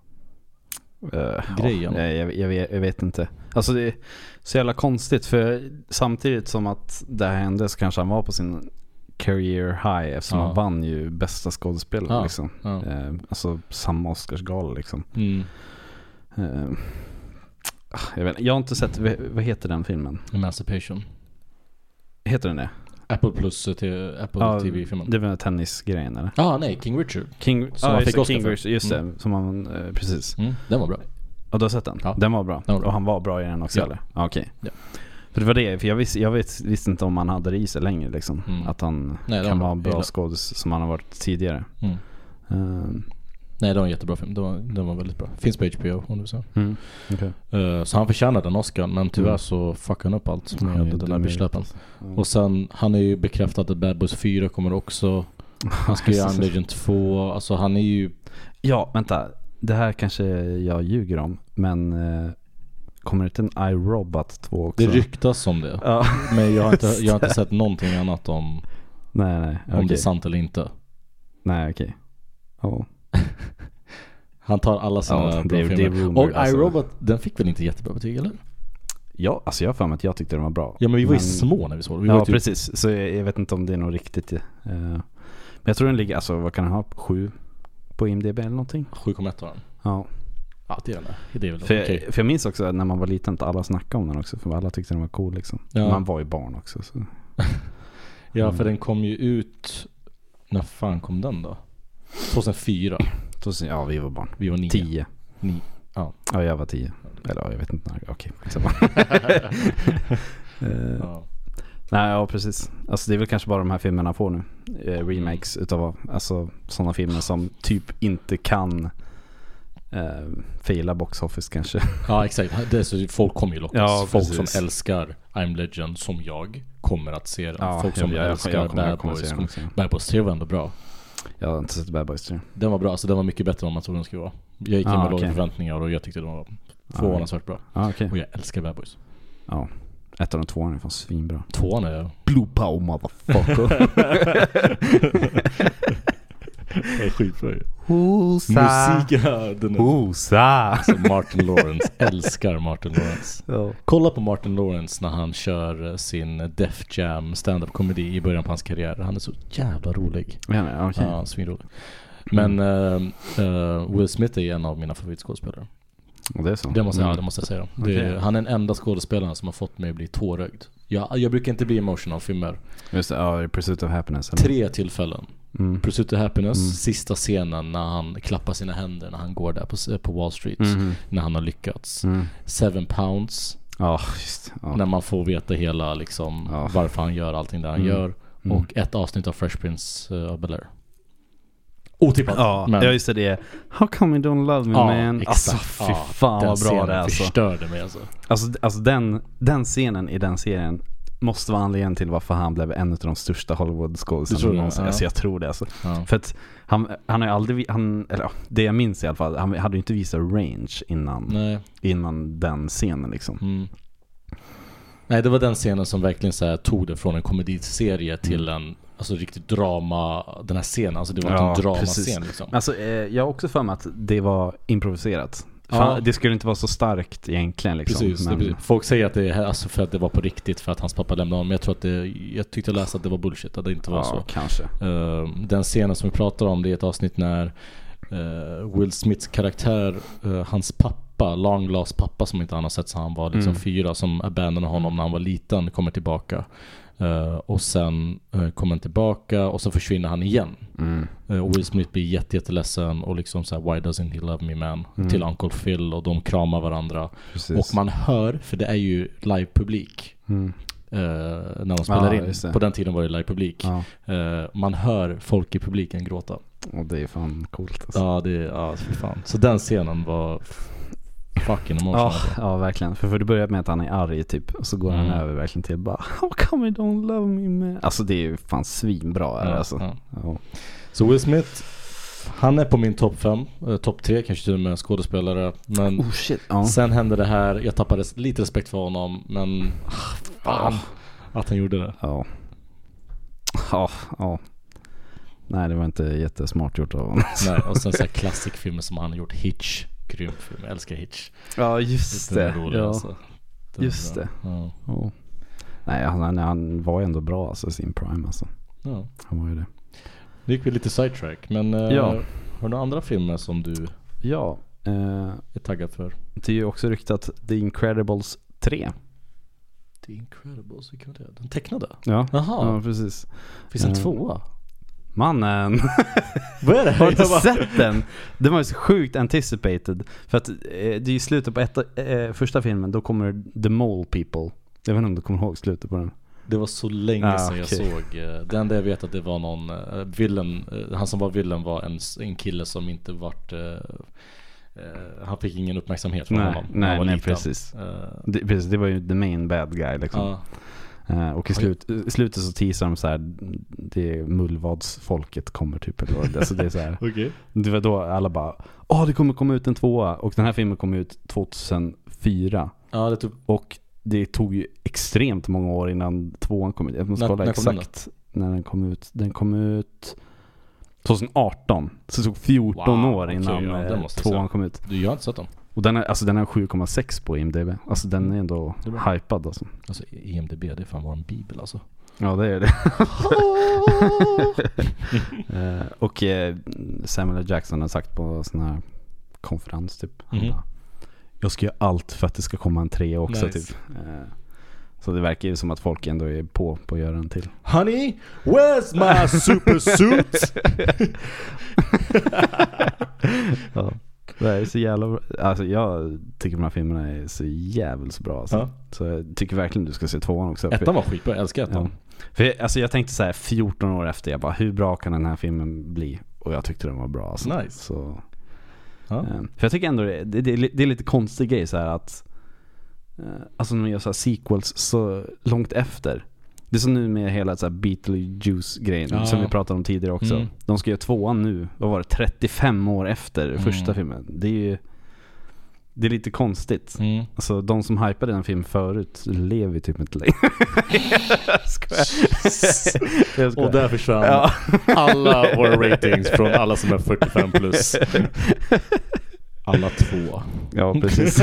Speaker 3: Eh,
Speaker 4: Grejen.
Speaker 3: Ja, jag, jag, vet- jag vet inte. Alltså det är så jävla konstigt för samtidigt som att det här hände så kanske han var på sin career high eftersom
Speaker 4: Ja.
Speaker 3: han vann ju bästa skådespelare
Speaker 4: Ja,
Speaker 3: liksom.
Speaker 4: ja.
Speaker 3: Eh, alltså samma Oscarsgala liksom.
Speaker 4: mm,
Speaker 3: Eh, ah, jag, vet, inte. jag har inte sett, v- vad heter den filmen?
Speaker 4: Emancipation.
Speaker 3: Heter den det?
Speaker 4: Apple plus eh, till Apple
Speaker 3: Ja,
Speaker 4: TV-filmen.
Speaker 3: Det var tennisgrejen eller?
Speaker 4: Ah nej, King Richard.
Speaker 3: King,
Speaker 4: Som
Speaker 3: ja,
Speaker 4: han
Speaker 3: just
Speaker 4: fick
Speaker 3: det,
Speaker 4: Oscar
Speaker 3: King
Speaker 4: för.
Speaker 3: Richard, just det. Som han, eh, precis.
Speaker 4: Mm, den var bra.
Speaker 3: Ja, du har sett den?
Speaker 4: Ja.
Speaker 3: Den var bra.
Speaker 4: Den var bra.
Speaker 3: Och han var bra i den också
Speaker 4: Ja.
Speaker 3: eller? Ja, okej.
Speaker 4: Ja.
Speaker 3: För det var det, för jag, visste, jag vet, visste inte om han hade det i sig längre liksom.
Speaker 4: Mm.
Speaker 3: Att han
Speaker 4: Nej, det
Speaker 3: kan
Speaker 4: var
Speaker 3: vara
Speaker 4: bra.
Speaker 3: en bra
Speaker 4: Gillar.
Speaker 3: skådis som han har varit tidigare.
Speaker 4: Mm.
Speaker 3: Ehm,
Speaker 4: Nej det var en jättebra film, den var, den var väldigt bra. Finns på HBO om du vill
Speaker 3: mm. Okej.
Speaker 4: Eh, Så han förtjänade den Oscarn men tyvärr
Speaker 3: Mm.
Speaker 4: så fuckade han upp allt
Speaker 3: Han är
Speaker 4: med den här
Speaker 3: dum i
Speaker 4: bitchläppen.
Speaker 3: huvudet.
Speaker 4: Och sen, han är ju bekräftat att Bad Boys 4 kommer också. Han ska göra Unlegion 2. Alltså han är ju...
Speaker 3: Ja, vänta. Det här kanske jag ljuger om, men eh, kommer det inte en iRobot 2 också?
Speaker 4: Det ryktas om det.
Speaker 3: Ja.
Speaker 4: Men jag har inte, jag har inte sett någonting annat om,
Speaker 3: nej, nej.
Speaker 4: om det
Speaker 3: okej.
Speaker 4: är sant eller inte.
Speaker 3: Nej, okej. Ja.
Speaker 4: Han tar alla sina
Speaker 3: Ja, det-
Speaker 4: bra
Speaker 3: det är
Speaker 4: filmer.
Speaker 3: rumored,
Speaker 4: och
Speaker 3: alltså.
Speaker 4: iRobot, den fick väl inte jättebra betyg eller?
Speaker 3: Ja, alltså jag har för mig att jag tyckte den var bra.
Speaker 4: Ja men vi var ju små när vi såg den. Vi var
Speaker 3: ja,
Speaker 4: ju typ,
Speaker 3: precis. Så jag, jag vet inte om det är något riktigt. eh, men jag tror den ligger, alltså vad kan den ha? Sju på IMDB eller någonting?
Speaker 4: 7,1 var den.
Speaker 3: Ja.
Speaker 4: Ja det är den där. Det är väl
Speaker 3: För,
Speaker 4: okej.
Speaker 3: jag, för jag minns också att när man var liten att alla snackade om den också. För alla tyckte den var cool liksom.
Speaker 4: Ja.
Speaker 3: Man var ju barn också. Så.
Speaker 4: Ja
Speaker 3: Mm.
Speaker 4: för den kom ju ut... När fan kom den då? 2004.
Speaker 3: Då, så- ja, vi var barn.
Speaker 4: Vi var nio.
Speaker 3: Tio.
Speaker 4: Ni- ja.
Speaker 3: Ja, jag var tio. Eller ja, jag vet inte. när- Okej, skitsamma. Eh,
Speaker 4: Ja.
Speaker 3: Nej, ja precis. Alltså det är väl kanske bara de här filmerna får nu. Eh, remakes
Speaker 4: Mm.
Speaker 3: utav alltså, sådana filmer som typ inte kan eh, faila box office kanske.
Speaker 4: Ja exakt, det är så folk kommer ju lockas.
Speaker 3: Ja,
Speaker 4: folk
Speaker 3: precis.
Speaker 4: som älskar I'm Legend som jag kommer att se den.
Speaker 3: Ja,
Speaker 4: folk som
Speaker 3: jag- jag- jag
Speaker 4: älskar
Speaker 3: kommer- jag
Speaker 4: Bad
Speaker 3: kommer att se
Speaker 4: Boys.
Speaker 3: den
Speaker 4: kommer-
Speaker 3: också.
Speaker 4: Bad Boys 3 var ändå bra.
Speaker 3: Jag har inte sett Bad Boys 3.
Speaker 4: Den var bra, alltså den var mycket bättre än man trodde den skulle vara. Jag gick in
Speaker 3: Ah,
Speaker 4: med låga
Speaker 3: okej. Ah,
Speaker 4: förväntningar och jag tyckte den var förvånansvärt bra.
Speaker 3: Ja, okej.
Speaker 4: Och jag älskar Bad Boys.
Speaker 3: Ja. Ettan och tvåan är fan svinbra.
Speaker 4: Tvåan är
Speaker 3: Blue power
Speaker 4: oh,
Speaker 3: motherfucker.
Speaker 4: skitbra ju.
Speaker 3: Hosa.
Speaker 4: Musik, ja, den är...
Speaker 3: Hosa.
Speaker 4: Alltså Martin Lawrence, älskar Martin Lawrence. Kolla på Martin Lawrence när han kör eh, sin Def Jam stand-up komedi i början på hans karriär. Han är så jävla rolig.
Speaker 3: Ja, okej.
Speaker 4: Ja, svinrolig. Men eh, eh, Will Smith är en av mina favoritskådespelare.
Speaker 3: Och Det är så.
Speaker 4: Det måste, jag,
Speaker 3: Mm.
Speaker 4: det måste jag säga. Det, är-
Speaker 3: Okej.
Speaker 4: Han är den enda skådespelaren som har fått mig att bli tårögd. Jag, jag brukar inte bli emotional i filmer.
Speaker 3: Just det, ja, Pursuit of Happiness. eller?
Speaker 4: Tre tillfällen.
Speaker 3: Mm.
Speaker 4: Pursuit of Happiness, sista scenen när han klappar sina händer när han går där på, s- på Wall Street.
Speaker 3: Mhm.
Speaker 4: När han har lyckats.
Speaker 3: Mm.
Speaker 4: Seven pounds,
Speaker 3: Ja, just ja.
Speaker 4: när man får veta hela liksom
Speaker 3: Ja.
Speaker 4: varför han gör allting där han
Speaker 3: Mm.
Speaker 4: gör.
Speaker 3: Mm.
Speaker 4: Och ett avsnitt av Fresh Prince eh, av Bel-Air. Otippat.
Speaker 3: Ja,
Speaker 4: men-
Speaker 3: ja just det, det. är How come you don't love me man? Alltså fy fan
Speaker 4: den
Speaker 3: vad bra
Speaker 4: scenen
Speaker 3: det är alltså.
Speaker 4: förstörde mig alltså.
Speaker 3: Alltså, alltså den, den scenen i den serien måste vara anledningen till varför han blev en av de största
Speaker 4: Du tror
Speaker 3: Hollywood-skådisarna
Speaker 4: det?
Speaker 3: någonsin.
Speaker 4: Ja.
Speaker 3: Alltså jag tror det alltså.
Speaker 4: Ja.
Speaker 3: För att han, han har ju aldrig, vi- han, eller ja, det jag minns i alla fall, han hade ju inte visat range innan,
Speaker 4: Nej.
Speaker 3: innan den scenen liksom.
Speaker 4: Mm.
Speaker 3: Mm.
Speaker 4: Nej, det var den scenen som verkligen så här, tog det från en komediserie till en alltså riktigt drama, den här scenen. Alltså det var inte
Speaker 3: Ja,
Speaker 4: en dramascen
Speaker 3: precis.
Speaker 4: liksom.
Speaker 3: Men Alltså, eh, jag har också för mig att det var improviserat.
Speaker 4: Ja.
Speaker 3: Fan, det skulle inte vara så starkt egentligen liksom.
Speaker 4: Precis, det,
Speaker 3: men,
Speaker 4: precis. Folk säger att det är alltså för att det var på riktigt för att hans pappa lämnade honom. Men jag tror att det, jag tyckte jag läste att det var bullshit, att det inte var
Speaker 3: ja,
Speaker 4: så.
Speaker 3: kanske.
Speaker 4: Ehm, den scenen som vi pratar om, det är ett avsnitt när eh, Will Smiths karaktär, eh, hans pappa, Longlaws pappa som inte han har sett sedan han var liksom
Speaker 3: Mm.
Speaker 4: fyra, som abandonade honom när han var liten, kommer tillbaka. Eh, och sen eh, kommer han tillbaka och så försvinner han igen.
Speaker 3: Mm.
Speaker 4: Eh, Och Will Smith blir jätte, jätteledsen och liksom så här, Why doesn't he love me man? Till Uncle Phil och de kramar varandra.
Speaker 3: Mm. Precis.
Speaker 4: Och man hör, för det är ju live-publik
Speaker 3: Mm.
Speaker 4: eh, när de spelar
Speaker 3: Ja, just
Speaker 4: in.
Speaker 3: det.
Speaker 4: På den tiden var det live-publik.
Speaker 3: Ja,
Speaker 4: Eh, man hör folk i publiken gråta.
Speaker 3: och det är fan coolt alltså.
Speaker 4: Ja, det ja, fy fan. Så den scenen var fucking emotional.
Speaker 3: Ja, ja, verkligen. För, för det börjar med att han är arg typ. Och så går
Speaker 4: Mm.
Speaker 3: han över verkligen till bara How come you don't love me man? Alltså det är ju fan svinbra är det
Speaker 4: Ja,
Speaker 3: alltså.
Speaker 4: ja.
Speaker 3: Ja.
Speaker 4: Så Will Smith, han är på min topp 5, eh, topp 3 kanske till och med skådespelare. Men
Speaker 3: Oh shit. Ja.
Speaker 4: sen hände det här, jag tappade res- lite respekt för honom, men ah, fan
Speaker 3: Ah.
Speaker 4: att han gjorde det.
Speaker 3: Ja. Ja, ja. Nej det var inte jättesmart gjort av honom.
Speaker 4: Nej, och sen så här klassikfilmer som han har gjort, Hitch. Grym film, jag älskar Hitch.
Speaker 3: Ja just
Speaker 4: Den är
Speaker 3: det.
Speaker 4: rolig,
Speaker 3: Ja.
Speaker 4: alltså. Den är
Speaker 3: Just
Speaker 4: bra.
Speaker 3: det.
Speaker 4: Ja.
Speaker 3: Ja. Nej han, han, han var ju ändå bra alltså i sin prime alltså.
Speaker 4: Ja.
Speaker 3: Han var ju det.
Speaker 4: Nu gick vi lite sidetrack, men eh,
Speaker 3: Ja.
Speaker 4: har du några andra filmer som du
Speaker 3: Ja. Eh,
Speaker 4: är taggad för?
Speaker 3: det är ju också ryktat The Incredibles 3.
Speaker 4: The Incredibles, vilken var det? Den tecknade?
Speaker 3: Ja.
Speaker 4: Jaha.
Speaker 3: Ja precis.
Speaker 4: Finns en
Speaker 3: Ja.
Speaker 4: tvåa?
Speaker 3: Mannen.
Speaker 4: Vad är det?
Speaker 3: Har du inte
Speaker 4: Jag bara-
Speaker 3: sett den? Den var ju så sjukt anticipated. För att eh, det är ju slutet på ett, eh, första filmen, då kommer The Mole People. Jag vet inte om du kommer ihåg slutet på den?
Speaker 4: Det var så länge
Speaker 3: Ah,
Speaker 4: sedan jag
Speaker 3: okej.
Speaker 4: såg eh, Det enda jag vet att det var någon eh, villen, eh, Han som var villen var en, s- en kille som inte vart eh, eh, Han fick ingen uppmärksamhet från honom när han
Speaker 3: nej,
Speaker 4: var
Speaker 3: nej
Speaker 4: liten.
Speaker 3: precis.
Speaker 4: Eh,
Speaker 3: Det, precis. Det var ju the main bad guy liksom.
Speaker 4: ja,
Speaker 3: Eh, och i
Speaker 4: Oj.
Speaker 3: slut, i slutet så teasar de så här, det är mullvadsfolket kommer typ. Eller, vad det- alltså det är så här,
Speaker 4: okej
Speaker 3: det var då alla bara, åh det kommer komma ut en tvåa. Och den här filmen kom ut 2004.
Speaker 4: Ja det tog
Speaker 3: Och det tog ju extremt många år innan tvåan kom ut. Jag måste
Speaker 4: När-
Speaker 3: kolla
Speaker 4: när kom den då?
Speaker 3: exakt när den kom ut. Den kom ut 2018. Så det tog 14
Speaker 4: Wow,
Speaker 3: år
Speaker 4: okej,
Speaker 3: innan
Speaker 4: ja, den
Speaker 3: eh,
Speaker 4: måste jag
Speaker 3: tvåan
Speaker 4: säga.
Speaker 3: kom ut.
Speaker 4: Du, jag har inte sett dem
Speaker 3: Och den är, alltså den är 7,6 på IMDB. Alltså den är ändå
Speaker 4: Mm. Det är bra.
Speaker 3: hypad alltså.
Speaker 4: Alltså IMDB, det är fan vår bibel alltså
Speaker 3: Ja det är det. Eh, och eh, Samuel L. Jackson har sagt på sån här konferens typ. Han
Speaker 4: Mhm.
Speaker 3: bara, jag ska göra allt för att det ska komma en trea också
Speaker 4: Nice.
Speaker 3: typ. Eh, så det verkar ju som att folk ändå är på på att göra en till.
Speaker 4: Honey, where's my supersuit?
Speaker 3: Ja. Det här är så jävla bra. Alltså jag tycker de här filmerna är så jävligt bra alltså.
Speaker 4: Ja.
Speaker 3: Så jag tycker verkligen du ska se tvåan också.
Speaker 4: Ettan var skitbra, jag älskar
Speaker 3: för, ja.
Speaker 4: ettan
Speaker 3: för jag, alltså jag tänkte så här 14 år efter, jag bara hur bra kan den här filmen bli? Och jag tyckte den var bra alltså.
Speaker 4: Nice.
Speaker 3: Så,
Speaker 4: ja.
Speaker 3: eh, för jag tycker ändå det, det, det, är li- det är lite konstig grej så här att eh, Alltså när man gör så här sequels så långt efter. Det är som nu med hela så här Beetlejuice-grejen
Speaker 4: Ja.
Speaker 3: som vi pratade om tidigare också.
Speaker 4: Mm.
Speaker 3: De ska göra tvåan nu, vad var det, 35 år efter
Speaker 4: Mm.
Speaker 3: första filmen. Det är ju Det är lite konstigt.
Speaker 4: Mm.
Speaker 3: Alltså de som hypade den filmen förut lever ju typ inte längre. jag skojar. Jag skojar.
Speaker 4: Och där försvann
Speaker 3: Ja.
Speaker 4: alla våra ratings från alla som är 45 plus. Alla två.
Speaker 3: ja, precis.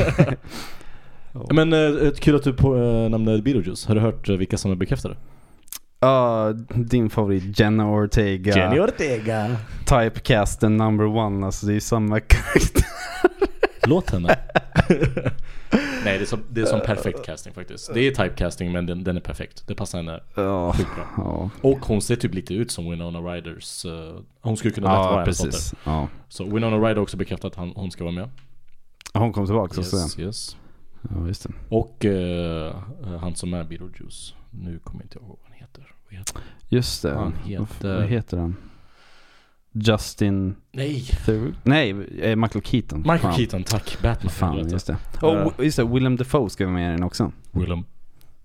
Speaker 4: Men eh, kul att du på, eh, nämnde Beetlejuice. Har du hört eh, vilka som är bekräftade?
Speaker 3: Ja, din favorit Jenna Ortega.
Speaker 4: Ortega.
Speaker 3: Typecast the number one. Alltså det är ju samma karaktär.
Speaker 4: Låt henne. Nej, det är, som, det är som perfekt casting faktiskt. Det är typecasting men den, den är perfekt. Det passar henne
Speaker 3: Ja.
Speaker 4: sjukt bra.
Speaker 3: Ja,
Speaker 4: Och hon ser typ lite ut som Winona Ryders. eh, hon skulle kunna lätt vara
Speaker 3: ja
Speaker 4: en sån där.
Speaker 3: precis. Ja.
Speaker 4: Så Winona Ryder har också bekräftat att han, hon ska vara med.
Speaker 3: Hon kom tillbaka också.
Speaker 4: Yes, yes.
Speaker 3: Ja, just det.
Speaker 4: Och eh, han som är Beetlejuice. Nu kommer jag inte ihåg vad han heter. Vad heter han?
Speaker 3: Just det.
Speaker 4: Han
Speaker 3: Vad f-
Speaker 4: heter-
Speaker 3: Vad heter han? Justin
Speaker 4: Nej!
Speaker 3: Theroux? Nej, eh, Michael Keaton.
Speaker 4: Michael
Speaker 3: Fan.
Speaker 4: Keaton, tack. Batman.
Speaker 3: Fan,
Speaker 4: helvete.
Speaker 3: just det. Och
Speaker 4: Eh.
Speaker 3: Wi- just det, Willem Dafoe ska vara med i den också.
Speaker 4: Willem.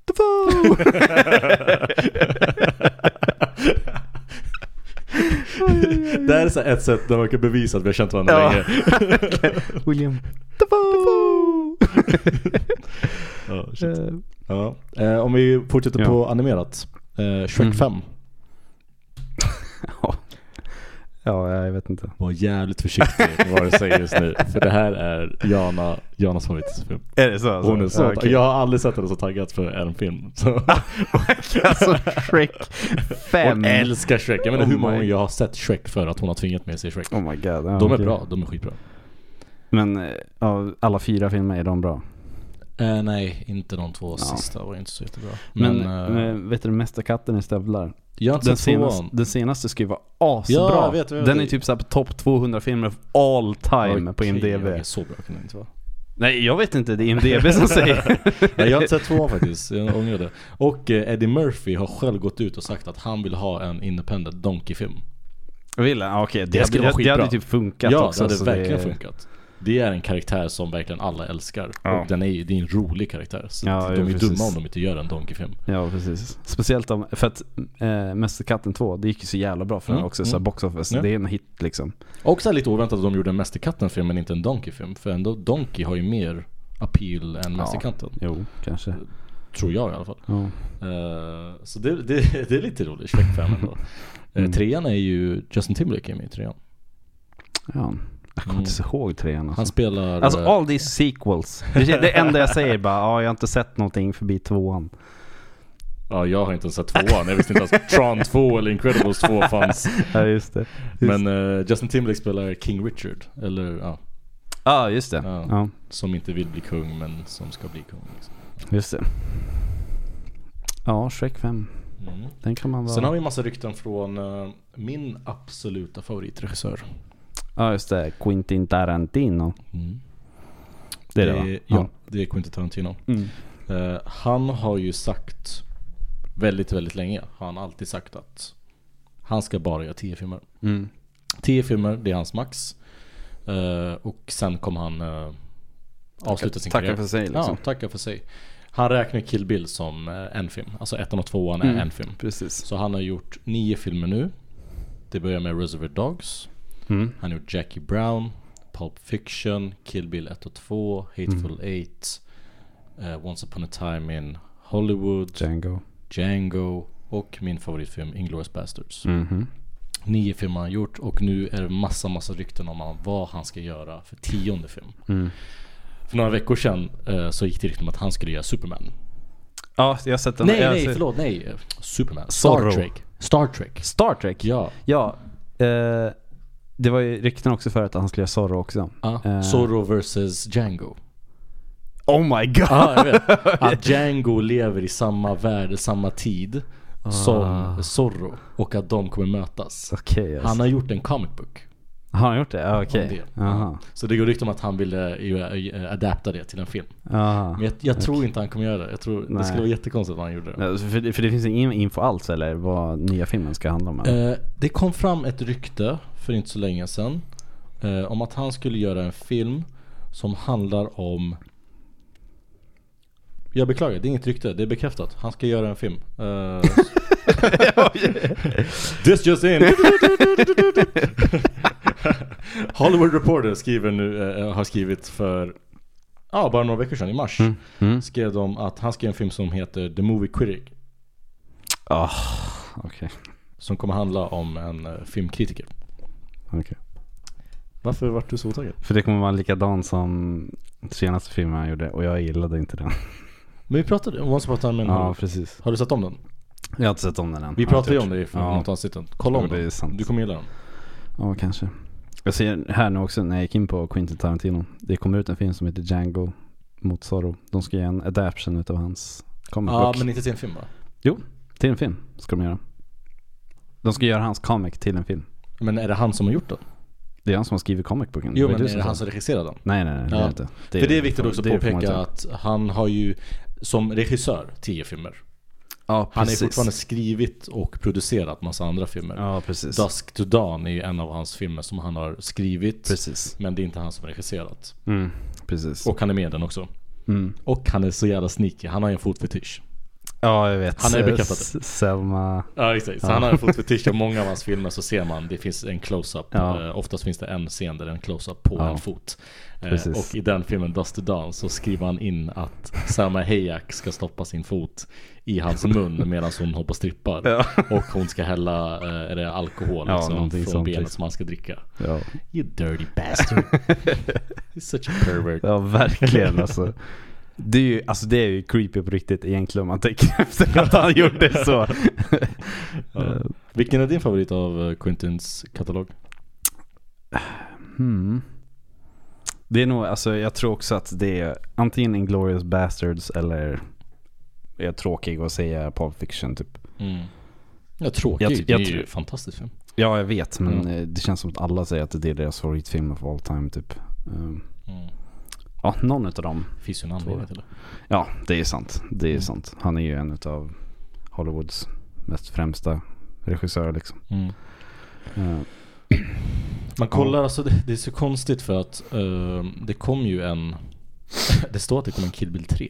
Speaker 3: Dafoe!
Speaker 4: det här är så här ett sätt där man kan bevisa att vi har känt varandra
Speaker 3: Ja.
Speaker 4: länge.
Speaker 3: William Dafoe!
Speaker 4: Ja, shit.
Speaker 3: Eh,
Speaker 4: ja. Eh, om vi fortsätter
Speaker 3: Ja.
Speaker 4: på animerat. Eh, Shrek
Speaker 3: Mhm.
Speaker 4: 5.
Speaker 3: Ja, jag vet inte.
Speaker 4: Var jävligt försiktig med vad du säger just nu. För det här är Jana, Janas favoritfilm.
Speaker 3: Är det så? Alltså?
Speaker 4: Hon är så,
Speaker 3: Okej.
Speaker 4: Jag har aldrig sett henne så taggad för en film. Så.
Speaker 3: Alltså Shrek 5.
Speaker 4: Hon älskar Shrek. Jag vet inte
Speaker 3: Oh
Speaker 4: hur många
Speaker 3: my-
Speaker 4: gånger jag har sett Shrek för att hon har tvingat mig att se Shrek.
Speaker 3: Oh my god. ja,
Speaker 4: De är
Speaker 3: okej.
Speaker 4: bra, de är skitbra.
Speaker 3: Men eh, av alla fyra filmer är de bra.
Speaker 4: Eh, nej, inte de två
Speaker 3: Ja.
Speaker 4: sista var inte så jättebra. Men,
Speaker 3: Men,
Speaker 4: eh,
Speaker 3: men vet du, Mästerkatten i stövlar.
Speaker 4: jag har inte
Speaker 3: Den
Speaker 4: sett
Speaker 3: senaste,
Speaker 4: tvåan.
Speaker 3: den senaste ska ju vara asbra.
Speaker 4: Ja, jag vet, jag vet.
Speaker 3: den är typ såhär på topp 200 filmer all time på
Speaker 4: Okej,
Speaker 3: IMDB.
Speaker 4: okej, Så bra kan det inte vara.
Speaker 3: Nej, jag vet inte. Det är IMDB som säger.
Speaker 4: Nej, jag har inte sett tvåan faktiskt, jag ångrar det. Och eh, Eddie Murphy har själv gått ut och sagt att han vill ha en independent Donkey-film.
Speaker 3: Vill han? Ja, Okej, det,
Speaker 4: Det skulle
Speaker 3: hade-
Speaker 4: vara
Speaker 3: det hade
Speaker 4: skitbra.
Speaker 3: typ funkat
Speaker 4: ja,
Speaker 3: också.
Speaker 4: det
Speaker 3: så
Speaker 4: hade verkligen funkat. Det är en karaktär som verkligen alla älskar.
Speaker 3: Ja.
Speaker 4: Och den är, ju- det är en rolig karaktär. Så
Speaker 3: Ja,
Speaker 4: att de
Speaker 3: ja,
Speaker 4: är
Speaker 3: precis.
Speaker 4: dumma om de inte gör en Donkey-film.
Speaker 3: Ja, precis. Speciellt om, för att eh, Mästerkatten 2, det gick ju så jävla bra för den
Speaker 4: Mm,
Speaker 3: också. Så här
Speaker 4: mm.
Speaker 3: box office,
Speaker 4: Ja.
Speaker 3: det är en hit liksom.
Speaker 4: Och så här lite oväntat att de gjorde en Mästerkatten-film men inte en Donkey-film. För ändå, Donkey har ju mer appeal än Mästerkatten.
Speaker 3: Jo, kanske.
Speaker 4: Tror jag i alla fall.
Speaker 3: Ja.
Speaker 4: Eh, så det, det, det är lite roligt, Shrek 5 ändå. Eh, trean är ju, Justin Timberlake är med i trean.
Speaker 3: Ja. Jag kommer inte ihåg trean alltså.
Speaker 4: Mm. Han spelar...
Speaker 3: Alltså
Speaker 4: eh,
Speaker 3: all these sequels. Det är det enda jag säger bara, ja jag har inte sett någonting förbi tvåan.
Speaker 4: Ja, jag har inte ens sett tvåan. Jag visste inte ens att Tron 2 eller Incredibles 2 fanns.
Speaker 3: Ja just det.
Speaker 4: Men eh, Justin Timberlake spelar King Richard, eller ja,
Speaker 3: Ja just det.
Speaker 4: Ja.
Speaker 3: Ja,
Speaker 4: som inte vill bli kung men som ska bli kung. Liksom.
Speaker 3: just det. Ja, Shrek 5.
Speaker 4: Mm.
Speaker 3: Den kan man
Speaker 4: Sen har
Speaker 3: vara...
Speaker 4: vi massa rykten från eh, min absoluta favoritregissör.
Speaker 3: Ja just det, Quentin Tarantino.
Speaker 4: Mm.
Speaker 3: Det är det, va?
Speaker 4: Ja, det är Quentin Tarantino.
Speaker 3: Mm.
Speaker 4: Eh, han har ju sagt väldigt, väldigt länge, har han alltid sagt att han ska bara göra 10 filmer.
Speaker 3: Mm.
Speaker 4: 10 filmer, det är hans max. Eh, och sen kommer han eh, avsluta sin
Speaker 3: Tacka
Speaker 4: karriär.
Speaker 3: för sig liksom.
Speaker 4: Ja, tacka för sig. Han räknar Kill Bill som eh, en film. Alltså ettan och tvåan är
Speaker 3: Mm.
Speaker 4: en film.
Speaker 3: Precis.
Speaker 4: Så han har gjort nio filmer nu. Det börjar med Reservoir Dogs.
Speaker 3: Mm.
Speaker 4: Han har gjort Jackie Brown, Pulp Fiction, Kill Bill 1 och 2,
Speaker 3: Mm.
Speaker 4: Hateful Eight, eh, Once upon a time in Hollywood,
Speaker 3: Django.
Speaker 4: Django och min favoritfilm Inglourious Basterds.
Speaker 3: Mhm.
Speaker 4: Nio filmer har han gjort och nu är det massa, massa rykten om han- vad han ska göra för tionde film.
Speaker 3: Mm.
Speaker 4: För några veckor sedan eh, så gick det rykten om att han skulle göra Superman.
Speaker 3: Ja, jag har sett den.
Speaker 4: Nej,
Speaker 3: jag har
Speaker 4: nej,
Speaker 3: sett-
Speaker 4: förlåt, nej. eh, Superman.
Speaker 3: Zorro.
Speaker 4: Star Trek. Star Trek.
Speaker 3: Star Trek?
Speaker 4: Ja.
Speaker 3: Ja. Eh, det var ju rykten också för att han skulle göra Zorro också.
Speaker 4: Uh,
Speaker 3: Eh.
Speaker 4: Zorro vs Django.
Speaker 3: Oh my god!
Speaker 4: Ja, jag vet. Att Django lever i samma värld, samma tid som Zorro. Och att de kommer mötas.
Speaker 3: Okej, alltså.
Speaker 4: Han har gjort en comic book.
Speaker 3: har han gjort det? Ja, Okej.
Speaker 4: om det.
Speaker 3: Jaha.
Speaker 4: Så det går rykten om att han ville eh, eh, adapta det till en film.
Speaker 3: Jaha.
Speaker 4: Men jag, jag tror inte han kommer göra det. Jag tror, det
Speaker 3: Nej.
Speaker 4: skulle vara jättekonstigt om han gjorde det.
Speaker 3: Nej, För det, för det finns ingen info alls eller vad nya filmen ska handla om? eller?
Speaker 4: Eh, det kom fram ett rykte för inte så länge sedan eh, om att han skulle göra en film som handlar om jag beklagar, det är inget rykte, det är bekräftat. Han ska göra en film. Eh, This just in! Hollywood Reporter skriver nu, eh, har skrivit för ja, bara några veckor sedan, i mars. Skrev de att han ska göra en film som heter The Movie Critic.
Speaker 3: Ah, Okej.
Speaker 4: Som kommer handla om en eh, filmkritiker.
Speaker 3: okej.
Speaker 4: Varför vart du så otaggad?
Speaker 3: För det kommer vara likadan som senaste filmen han gjorde och jag gillade inte den.
Speaker 4: Men vi pratade om Once upon a time in
Speaker 3: Ja,
Speaker 4: Hollywood.
Speaker 3: precis.
Speaker 4: Har du sett om den?
Speaker 3: Jag har inte sett om den än.
Speaker 4: Vi
Speaker 3: Har
Speaker 4: pratade ju
Speaker 3: inte
Speaker 4: om
Speaker 3: gjort.
Speaker 4: det i för
Speaker 3: ja.
Speaker 4: något avsnitt. Kolla om
Speaker 3: Jo, det är
Speaker 4: den.
Speaker 3: sant.
Speaker 4: Du kommer gilla den.
Speaker 3: Ja, kanske. Jag ser här nu också när jag gick in på Quentin Tarantino. Det kommer ut en film som heter Django mot Zorro. De ska göra en adaption utav hans comic
Speaker 4: Ja,
Speaker 3: book.
Speaker 4: men inte till en film va?
Speaker 3: Jo, till en film ska de göra. De ska göra hans comic till en film.
Speaker 4: Men är det han som har gjort den?
Speaker 3: Det är han som har skrivit comic booken.
Speaker 4: Jo,
Speaker 3: var
Speaker 4: men
Speaker 3: du
Speaker 4: är
Speaker 3: som
Speaker 4: Mm. det
Speaker 3: sa.
Speaker 4: han som regisserar den?
Speaker 3: Nej nej nej, det är
Speaker 4: Ja.
Speaker 3: det inte.
Speaker 4: För det är viktigt också att
Speaker 3: det får man
Speaker 4: påpeka
Speaker 3: inte.
Speaker 4: att han har ju som regissör tio filmer.
Speaker 3: Ja,
Speaker 4: Han har ju
Speaker 3: precis.
Speaker 4: fortfarande skrivit och producerat massa andra filmer.
Speaker 3: Ja precis.
Speaker 4: Dusk to Dawn är ju en av hans filmer som han har skrivit.
Speaker 3: Precis.
Speaker 4: Men det är inte han som har regisserat.
Speaker 3: Mm, precis.
Speaker 4: Och han är med i den också.
Speaker 3: Mm.
Speaker 4: Och han är så jävla sneaky. Han har ju en fotfetisch.
Speaker 3: Ja, jag vet.
Speaker 4: Han är bekräftad.
Speaker 3: S- Selma.
Speaker 4: Ja exakt, så
Speaker 3: Ja.
Speaker 4: han har ju fått fetisch av många av hans filmer så ser man, det finns en close-up.
Speaker 3: Ja.
Speaker 4: Eh, oftast finns det en scen där det är en close-up på
Speaker 3: Ja.
Speaker 4: en fot. Eh,
Speaker 3: Precis.
Speaker 4: och i den filmen Dust to Dawn så skriver han in att Selma Hayek ska stoppa sin fot i hans mun medan hon hoppar strippar.
Speaker 3: Ja.
Speaker 4: Och hon ska hälla eh, är det alkohol
Speaker 3: Ja,
Speaker 4: liksom,
Speaker 3: någonting
Speaker 4: från
Speaker 3: sånt,
Speaker 4: benet
Speaker 3: liksom.
Speaker 4: som han ska dricka.
Speaker 3: Ja,
Speaker 4: You dirty bastard. He's such a pervert.
Speaker 3: ja verkligen alltså. Det är, ju, alltså det är ju creepy på riktigt egentligen om man tänker efter att han gjorde så.
Speaker 4: Ja. Vilken är din favorit av eh, Quentins katalog?
Speaker 3: Hmm. Det är nog, alltså jag tror också att det är antingen Inglourious Bastards eller jag är tråkig att säga Pulp Fiction typ.
Speaker 4: Mm. Ja, tråkig.
Speaker 3: Jag-
Speaker 4: det är
Speaker 3: jag
Speaker 4: ju
Speaker 3: tror-
Speaker 4: en fantastisk film.
Speaker 3: Ja jag vet men
Speaker 4: Mm.
Speaker 3: eh, det känns som att alla säger att det är deras favoritfilm of all time typ. Ehm,
Speaker 4: Mm.
Speaker 3: Ja, någon utav dem.
Speaker 4: Det finns ju en anledning till det.
Speaker 3: Ja, det är sant. Det är
Speaker 4: Mm.
Speaker 3: sant. Han är ju en utav Hollywoods mest främsta regissörer liksom.
Speaker 4: Mm.
Speaker 3: Eh,
Speaker 4: Man kollar alltså, det, det är så konstigt för att eh, det kom ju en... det står att det kom en Kill Bill 3.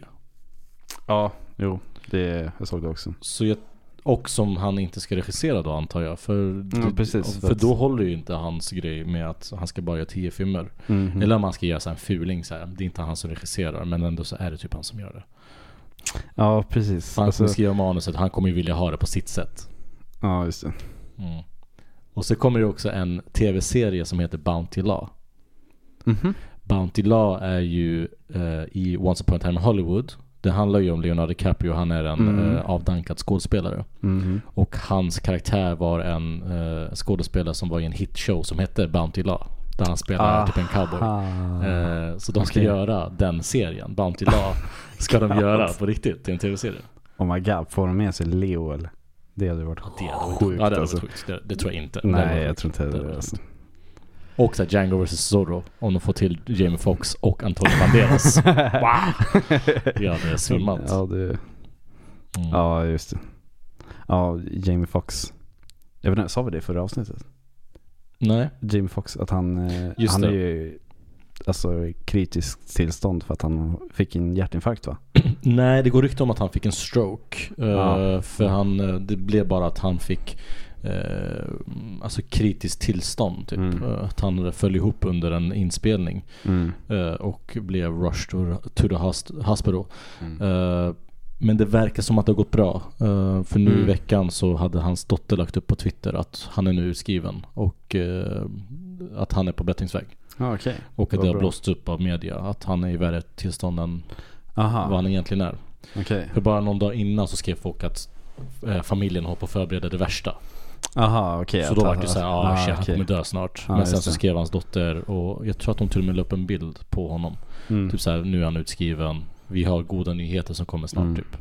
Speaker 3: Ja, jo. Det, jag såg det också.
Speaker 4: Så jag, och som han inte ska regissera då antar jag. För,
Speaker 3: Ja, precis.
Speaker 4: för då håller ju inte hans grej med att han ska bara göra 10 filmer.
Speaker 3: Mhm.
Speaker 4: Eller om man ska göra så här en fuling så här. Det är inte han som regisserar men ändå så är det typ han som gör det.
Speaker 3: Ja, precis.
Speaker 4: Han
Speaker 3: Alltså,
Speaker 4: som skriver manuset, han kommer ju vilja ha det på sitt sätt.
Speaker 3: ja, just det.
Speaker 4: Mm. Och så kommer det också en tv-serie som heter Bounty Law.
Speaker 3: Mhm.
Speaker 4: Bounty Law är ju eh, i Once upon a time in Hollywood. Det handlar ju om Leonardo DiCaprio, han är en
Speaker 3: Mm.
Speaker 4: eh, avdankad skådespelare.
Speaker 3: Mhm.
Speaker 4: Och hans karaktär var en eh, skådespelare som var i en hitshow som hette Bounty Law. Där han spelar typ en cowboy.
Speaker 3: Ah.
Speaker 4: Eh, så de ska
Speaker 3: Okej.
Speaker 4: göra den serien, Bounty Law, ska de göra på riktigt. Det är en tv-serie.
Speaker 3: Oh my god, får de med sig Leo eller? Det hade varit
Speaker 4: Det hade varit
Speaker 3: sjukt
Speaker 4: Ja, det, hade
Speaker 3: alltså.
Speaker 4: varit sjukt. Det, det tror jag inte. Det hade
Speaker 3: Nej,
Speaker 4: varit
Speaker 3: jag
Speaker 4: sjukt.
Speaker 3: tror inte
Speaker 4: Det
Speaker 3: heller
Speaker 4: hade
Speaker 3: det.
Speaker 4: varit
Speaker 3: Alltså.
Speaker 4: Och så här Django vs Zorro, om de får till Jamie Foxx och Antonio Banderas. wow! Jag hade svimmat.
Speaker 3: Ja, det,
Speaker 4: Mm.
Speaker 3: ja, just det. Ja, Jamie Foxx. Jag vet inte, sa vi det i förra avsnittet?
Speaker 4: Nej.
Speaker 3: Jamie Foxx, att han, eh,
Speaker 4: Just
Speaker 3: han
Speaker 4: det.
Speaker 3: är ju alltså, i kritiskt tillstånd för att han fick en hjärtinfarkt va?
Speaker 4: Nej, det går rykte om att han fick en stroke. eh,
Speaker 3: Ja.
Speaker 4: För han, eh, det blev bara att han fick eh, alltså kritiskt tillstånd. Typ.
Speaker 3: Mm.
Speaker 4: Eh, Att han föll ihop under en inspelning eh, och blev rushed to- to the hus- hospital.
Speaker 3: Mm.
Speaker 4: Eh, men det verkar som att det har gått bra. Eh, för nu i
Speaker 3: Mm.
Speaker 4: veckan så hade hans dotter lagt upp på Twitter att han är nu utskriven och eh, att han är på bättringsväg.
Speaker 3: Ja, okej.
Speaker 4: Och att
Speaker 3: Vad
Speaker 4: det har
Speaker 3: bra.
Speaker 4: blåsts upp av media att han är i värre tillstånd än vad
Speaker 3: Aha,
Speaker 4: han egentligen är.
Speaker 3: okej.
Speaker 4: För bara någon dag innan så skrev folk att eh, familjen håller på att förbereda det värsta.
Speaker 3: Aha, okej.
Speaker 4: så då
Speaker 3: Att-
Speaker 4: var det såhär, ja ah,
Speaker 3: ah,
Speaker 4: shit han
Speaker 3: okej.
Speaker 4: kommer dö snart.
Speaker 3: Ja,
Speaker 4: Men sen
Speaker 3: just
Speaker 4: så
Speaker 3: det.
Speaker 4: skrev hans dotter och jag tror att hon till och med la upp en bild på honom.
Speaker 3: Mm.
Speaker 4: Typ såhär, nu är han utskriven. Vi har goda nyheter som kommer snart
Speaker 3: Mm.
Speaker 4: typ.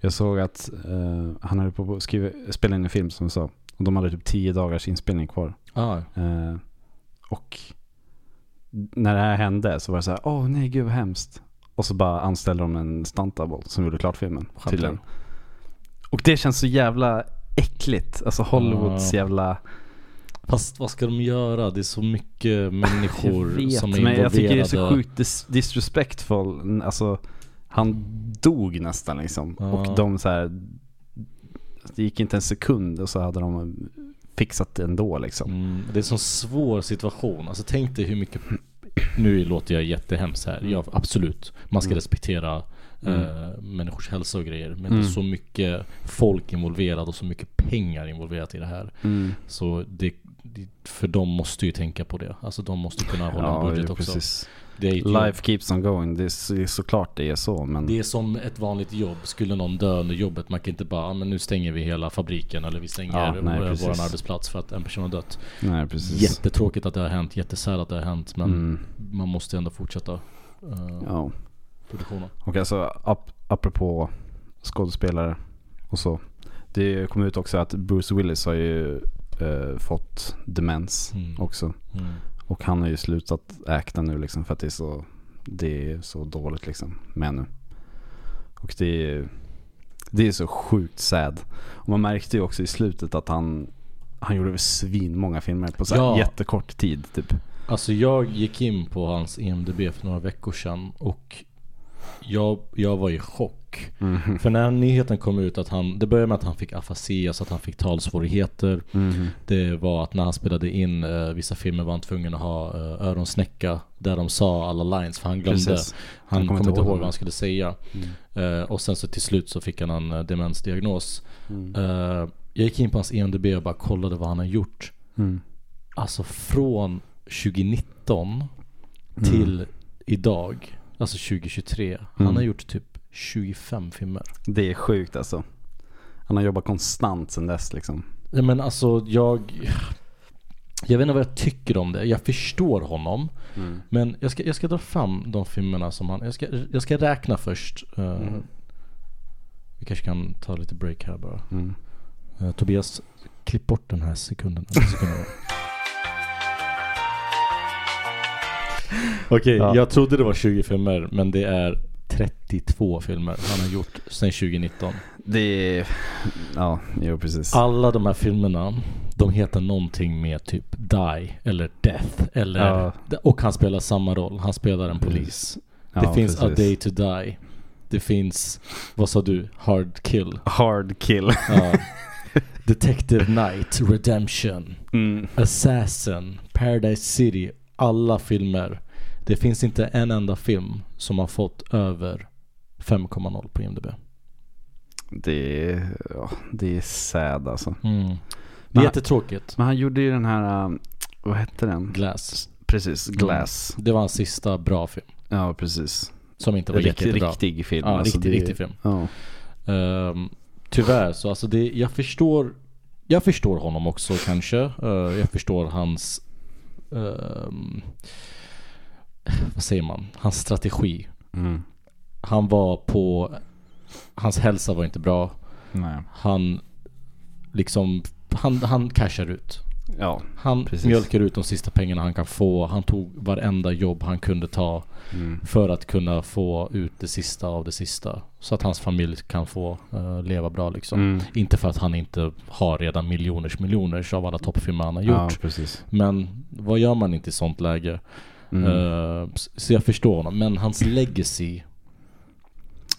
Speaker 3: Jag såg att eh, han höll på att skriva, spela in en film som vi sa. Och de hade typ tio dagars inspelning kvar.
Speaker 4: Ah,
Speaker 3: Eh, och när det här hände så var det så här, åh nej gud vad hemskt. Och så bara anställde de en stuntdouble som gjorde klart filmen.
Speaker 4: Skämtar
Speaker 3: Tydligen. Och det känns så jävla äckligt. Alltså Hollywoods
Speaker 4: Ja.
Speaker 3: jävla...
Speaker 4: Fast vad ska de göra? Det är så mycket människor
Speaker 3: Jag vet,
Speaker 4: som är
Speaker 3: men
Speaker 4: involverade.
Speaker 3: jag tycker det är så sjukt dis- disrespectful. Alltså, han dog nästan liksom.
Speaker 4: Ja.
Speaker 3: Och de så här, det gick inte en sekund och så hade de fixat det ändå liksom.
Speaker 4: Mm, det är en sån svår situation. Alltså tänk dig hur mycket... Nu låter jag jättehemskt här.
Speaker 3: Mm.
Speaker 4: Ja, absolut. Man ska respektera eh, människors hälsa och grejer. Men det är
Speaker 3: Mm.
Speaker 4: så mycket folk involverad och så mycket pengar involverat i det här. Så det, det- för de måste ju tänka på det. Alltså de måste kunna hålla en
Speaker 3: Ja,
Speaker 4: budget
Speaker 3: ju
Speaker 4: också.
Speaker 3: precis.
Speaker 4: Det är typ- ett jobb.
Speaker 3: Life keeps on going. Det är, så- det är såklart det är så men...
Speaker 4: Det är som ett vanligt jobb. Skulle någon dö under jobbet, man kan inte bara "Ah, men nu stänger vi hela fabriken eller vi stänger
Speaker 3: Ja, nej,
Speaker 4: vår
Speaker 3: precis.
Speaker 4: vår arbetsplats för att en person har dött.
Speaker 3: Nej precis.
Speaker 4: Jättetråkigt att det har hänt, jättesär att det har hänt men
Speaker 3: Mm.
Speaker 4: man måste ändå fortsätta eh,
Speaker 3: Ja.
Speaker 4: produktionen.
Speaker 3: Och alltså ap- apropå skådespelare och så. Det kom ut också att Bruce Willis har ju eh, fått demens
Speaker 4: Mm.
Speaker 3: också.
Speaker 4: Mm.
Speaker 3: Och han har ju slutat äkta nu liksom för att det är så, det är så dåligt liksom med nu. Och det är, det är så sjukt sad. Och man märkte ju också i slutet att han, han gjorde svin många filmer på så här
Speaker 4: Ja.
Speaker 3: jättekort tid typ.
Speaker 4: E Alltså jag gick in på hans IMDB för några veckor sedan och jag, jag var i chock.
Speaker 3: Mm-hmm.
Speaker 4: För när nyheten kom ut att han, det började med att han fick afasi, alltså att han fick talsvårigheter.
Speaker 3: Mm-hmm.
Speaker 4: Det var att när han spelade in eh, vissa filmer var han tvungen att ha eh, öronsnäcka där de sa alla lines för han glömde.
Speaker 3: Precis.
Speaker 4: Han kom inte ihåg vad han skulle säga. Eh, och sen så till slut så fick han en eh, demensdiagnos. Eh, jag gick in på hans EMDB och bara kollade vad han har gjort. Alltså från 2019 till idag, alltså 2023. Han har gjort typ 25 filmer.
Speaker 3: Det är sjukt alltså. Han har jobbat konstant sedan dess liksom.
Speaker 4: Nej men alltså jag... Jag vet inte vad jag tycker om det. Jag förstår honom. Men jag ska, jag ska dra fram de filmerna som han... Jag ska, jag ska räkna först. Eh, Vi kanske kan ta lite break här bara. Eh, Tobias, klipp bort den här sekunden. Den här sekunden. Okej, jag trodde det var 20 filmer men det är 32 filmer han har gjort sedan 2019.
Speaker 3: Det är... Ja, jo precis.
Speaker 4: Alla de här filmerna, de heter någonting med typ Die eller Death eller...
Speaker 3: Ja.
Speaker 4: Och han spelar samma roll, han spelar en polis. Det
Speaker 3: Ja,
Speaker 4: finns A
Speaker 3: precis.
Speaker 4: Day To Die. Det finns, vad sa du? Hard Kill.
Speaker 3: Hard kill.
Speaker 4: Ja. Detective Night, Redemption,
Speaker 3: Mm.
Speaker 4: Assassin, Paradise City. Alla filmer. Det finns inte en enda film som har fått över 5,0 på IMDB.
Speaker 3: Det är... Ja, det är sad alltså.
Speaker 4: Mm. Det är
Speaker 3: Men-
Speaker 4: jättetråkigt.
Speaker 3: Men han gjorde ju den här... um, Vad hette den?
Speaker 4: Glass.
Speaker 3: Precis,
Speaker 4: Mm.
Speaker 3: Glass.
Speaker 4: Det var hans sista bra film.
Speaker 3: Ja, precis.
Speaker 4: Som inte var
Speaker 3: Rikt,
Speaker 4: jättebra.
Speaker 3: riktig film. alltså.
Speaker 4: Ja, riktig, riktig film.
Speaker 3: Ja.
Speaker 4: Ehm, tyvärr så alltså det, jag förstår Jag förstår honom också kanske. Eh, jag förstår hans ehm, Vad säger man? Hans strategi.
Speaker 3: Mm.
Speaker 4: Han var på Hans hälsa var inte bra.
Speaker 3: Nej.
Speaker 4: Han liksom Han, han cashar ut.
Speaker 3: Ja.
Speaker 4: Han
Speaker 3: Precis.
Speaker 4: mjölkar ut de sista pengarna han kan få. Han tog varenda jobb han kunde ta
Speaker 3: Mm.
Speaker 4: för att kunna få ut det sista av det sista. Så att hans familj kan få eh, leva bra liksom.
Speaker 3: Mm.
Speaker 4: Inte för att han inte har redan miljoners miljoners av alla toppfilmer han har gjort.
Speaker 3: Ja, precis.
Speaker 4: Men vad gör man inte i sånt läge?
Speaker 3: Mm.
Speaker 4: Eh, s- så jag förstår honom. Men hans legacy,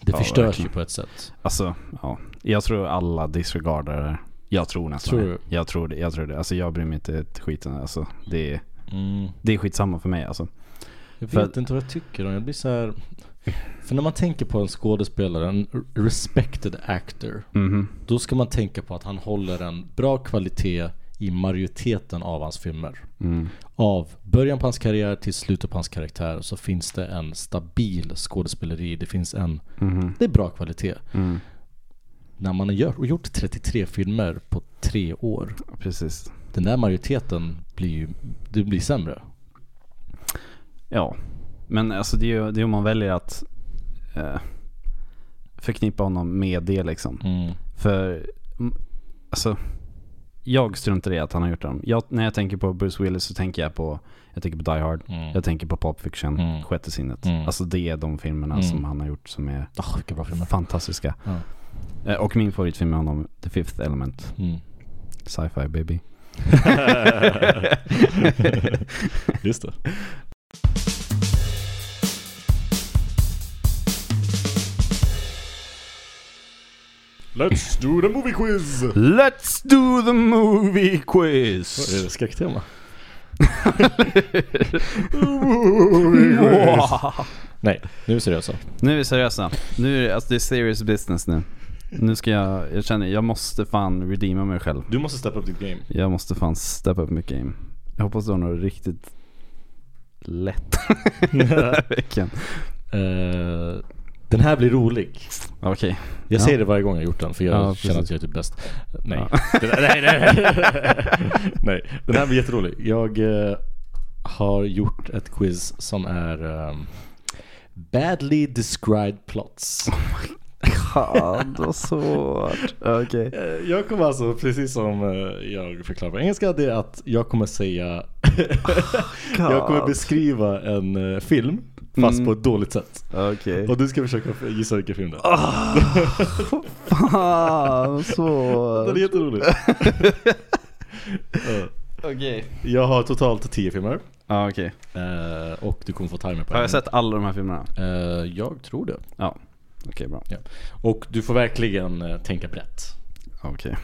Speaker 4: det
Speaker 3: Ja,
Speaker 4: förstörs
Speaker 3: verkligen.
Speaker 4: ju på ett sätt.
Speaker 3: Alltså, ja. Jag tror alla disregardar det. Jag tror nästan
Speaker 4: Tror du?
Speaker 3: det. Jag tror det. Jag tror det. Alltså jag bryr mig inte ett skiten. Alltså, det, är-
Speaker 4: Mm.
Speaker 3: det är skitsamma för mig alltså.
Speaker 4: Jag vet
Speaker 3: För-
Speaker 4: inte vad jag tycker om Jag blir så här. För när man tänker på en skådespelare, en respected actor.
Speaker 3: Mhm.
Speaker 4: Då ska man tänka på att han håller en bra kvalitet i majoriteten av hans filmer.
Speaker 3: Mm.
Speaker 4: Av början på hans karriär till slutet på hans karaktär så finns det en stabil skådespeleri. Det finns en...
Speaker 3: Mhm.
Speaker 4: Det är bra kvalitet.
Speaker 3: Mm.
Speaker 4: När man har gjort, och gjort 33 filmer på tre år.
Speaker 3: Precis.
Speaker 4: Den där majoriteten blir ju... Det blir sämre.
Speaker 3: Ja. Men alltså det är ju det är om man väljer att eh, förknippa honom med det liksom.
Speaker 4: Mm.
Speaker 3: För, mm, alltså, jag struntar i att han har gjort dem. Jag, när jag tänker på Bruce Willis så tänker jag på, jag tänker på Die Hard,
Speaker 4: Mm.
Speaker 3: jag tänker på Pop Fiction,
Speaker 4: Mm.
Speaker 3: Sjätte sinnet.
Speaker 4: Mm.
Speaker 3: Alltså det är de filmerna
Speaker 4: Mm.
Speaker 3: som han har gjort som är
Speaker 4: Ah, vilka bra filmer.
Speaker 3: fantastiska.
Speaker 4: Ja.
Speaker 3: Eh, Och min favoritfilm med honom, The Fifth Element,
Speaker 4: Mm.
Speaker 3: Sci-Fi Baby.
Speaker 4: Just det.
Speaker 1: Let's do the movie quiz!
Speaker 3: Let's do the movie quiz!
Speaker 4: Är det skräcktema? Nej, nu är vi seriösa.
Speaker 3: Nu är vi seriösa. Nu är det, alltså det är serious business nu. Nu ska jag, jag känner, jag måste fan redeema mig själv.
Speaker 4: Du måste steppa upp ditt game.
Speaker 3: Jag måste fan step up mitt game. Jag hoppas du har något riktigt lätt den här veckan.
Speaker 4: den här blir rolig. Jag
Speaker 3: Okej. Eh, Ja.
Speaker 4: säger det varje gång jag gjort den för jag
Speaker 3: Ja,
Speaker 4: känner att
Speaker 3: precis.
Speaker 4: jag är typ bäst. Nej. Den, nej, nej. nej. Den här blir jätterolig. Jag eh, har gjort ett quiz som är ehm, Badly described plots.
Speaker 3: Oh Fan vad svårt. Okej.
Speaker 4: Eh, Jag kommer alltså, precis som eh, jag förklarar på engelska, det är att jag kommer säga Jag kommer beskriva en eh, film, fast
Speaker 3: Mm.
Speaker 4: på ett dåligt sätt.
Speaker 3: Okej.
Speaker 4: Och du ska försöka f- gissa vilken film det är.
Speaker 3: Oh. Fan vad
Speaker 4: Den är
Speaker 3: svårt.
Speaker 4: jätterolig. Ja.
Speaker 3: Okej. Okej.
Speaker 4: Jag har totalt 10 filmer.
Speaker 3: Ja okej.
Speaker 4: Eh, och du kommer få timer på
Speaker 3: Har
Speaker 4: en.
Speaker 3: jag sett alla de här filmerna?
Speaker 4: Eh, jag tror det.
Speaker 3: Ja. Okej bra.
Speaker 4: Och du får verkligen eh, tänka brett.
Speaker 3: Okej.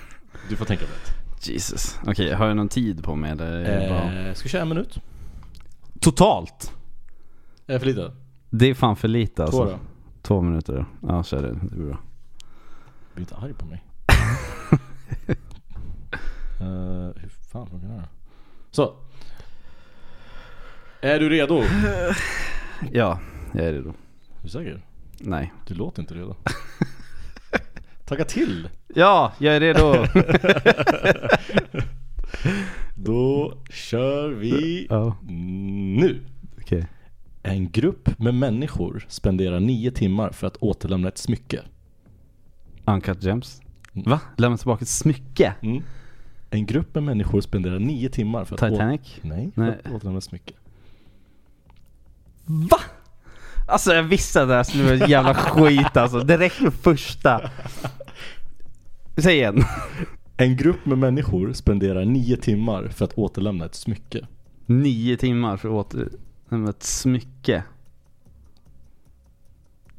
Speaker 4: Du får tänka brett.
Speaker 3: Jesus. Okej, har jag någon tid på mig eller? är det bara-
Speaker 4: Eh, ska vi köra en minut?
Speaker 3: Totalt! Alltså.
Speaker 4: Eh, för lite?
Speaker 3: Det är fan för lite
Speaker 4: Två
Speaker 3: alltså.
Speaker 4: då?
Speaker 3: Två minuter. Ja kör det, det blir bra.
Speaker 4: Bli inte arg på mig. Eh, hur fan funkar det här? Så. Är du redo? Är
Speaker 3: Ja, jag är redo.
Speaker 4: du säker?
Speaker 3: Nej.
Speaker 4: Du låter inte redo. Tagga till!
Speaker 3: Ja, jag är redo!
Speaker 4: Då kör vi
Speaker 3: ja,
Speaker 4: nu!
Speaker 3: okej.
Speaker 4: En grupp med människor spenderar nio timmar för att återlämna ett smycke.
Speaker 3: Uncut Gems. Va? Lämna tillbaka ett smycke?
Speaker 4: En grupp med människor spenderar nio timmar för att å-
Speaker 3: Titanic?
Speaker 4: Nej, för
Speaker 3: Nej.
Speaker 4: att återlämna ett smycke.
Speaker 3: Va? Alltså jag visste att det här skulle vara ett jävla skit alltså. Direkt med första. Säg igen.
Speaker 4: En grupp med människor spenderar nio timmar för att återlämna ett smycke.
Speaker 3: Nio timmar för att återlämna ett smycke.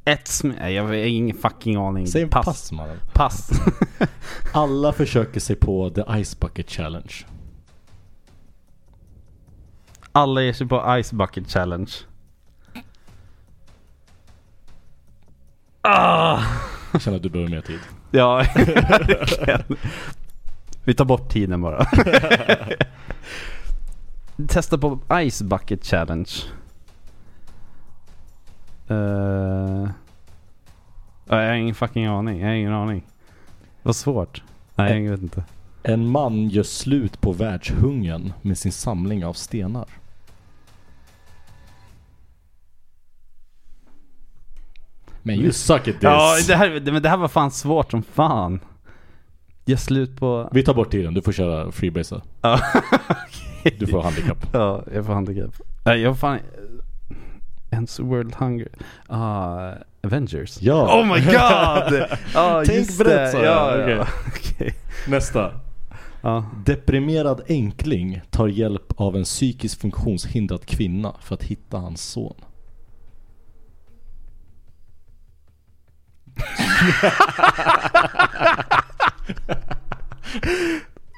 Speaker 3: Ett smycke? Nej, jag har ingen fucking aning.
Speaker 4: Säg en pass,
Speaker 3: Pass.
Speaker 4: mannen.
Speaker 3: Pass.
Speaker 4: Alla försöker sig på the ice bucket challenge.
Speaker 3: Alla ger sig på Ice Bucket Challenge.
Speaker 4: Jag känner att du behöver mer tid.
Speaker 3: Ja, verkligen. Vi tar bort tiden bara. Testa på Ice Bucket Challenge. Eh, ja, jag har ingen fucking aning. Jag har ingen aning. Vad svårt. Nej, jag vet inte.
Speaker 4: En man gör slut på världshungern med sin samling av stenar. Men you suck at this.
Speaker 3: Ja, det här, det, men det här var fan svårt som fan. Gör slut på...
Speaker 4: Vi tar bort tiden, du får köra freebase. Du får handikapp.
Speaker 3: Ja, jag får handikapp. Nej, jag får fan... Ens World Hunger... Ah, Avengers.
Speaker 4: Ja,
Speaker 3: Oh my god! Ja,
Speaker 4: Tänk
Speaker 3: just
Speaker 4: brett,
Speaker 3: det.
Speaker 4: sa jag.
Speaker 3: Ja, ja.
Speaker 4: Okej.
Speaker 3: Okej.
Speaker 4: nästa.
Speaker 3: Ja.
Speaker 4: Deprimerad enkling tar hjälp av en psykiskt funktionshindrad kvinna för att hitta hans son.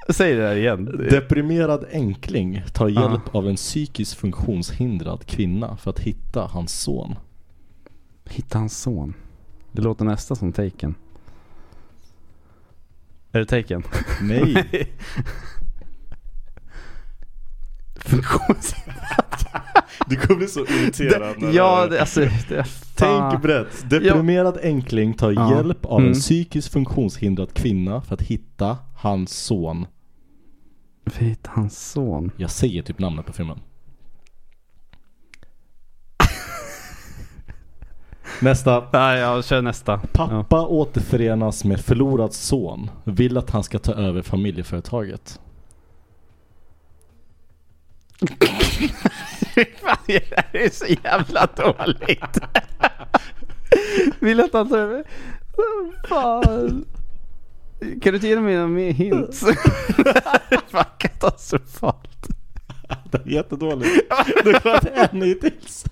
Speaker 3: Säg det där igen.
Speaker 4: Deprimerad enkling tar hjälp av en psykiskt funktionshindrad kvinna för att hitta hans son.
Speaker 3: Hitta hans son. Det låter nästan som Taken. Är det Taken?
Speaker 4: Nej.
Speaker 3: Funktions...
Speaker 4: Du kommer bli så irriterad när
Speaker 3: ja,
Speaker 4: det-
Speaker 3: det, alltså... Det, fan.
Speaker 4: Tänk brett. Deprimerad enkling tar
Speaker 3: Ja.
Speaker 4: hjälp av
Speaker 3: Mm.
Speaker 4: en psykiskt funktionshindrad kvinna för att hitta hans son.
Speaker 3: Hitta hans son.
Speaker 4: Jag säger typ namnet på filmen. Nästa.
Speaker 3: Nej, jag kör nästa.
Speaker 4: Pappa återförenas med förlorad son. Vill att han ska ta över familjeföretaget.
Speaker 3: Fan, det här är så jävla dåligt. Vill att han tar över? Fan. Kan du inte ge mig några mer hints? Det här är fan katastrofalt.
Speaker 4: Det är jättedåligt. Du har inte en hittills.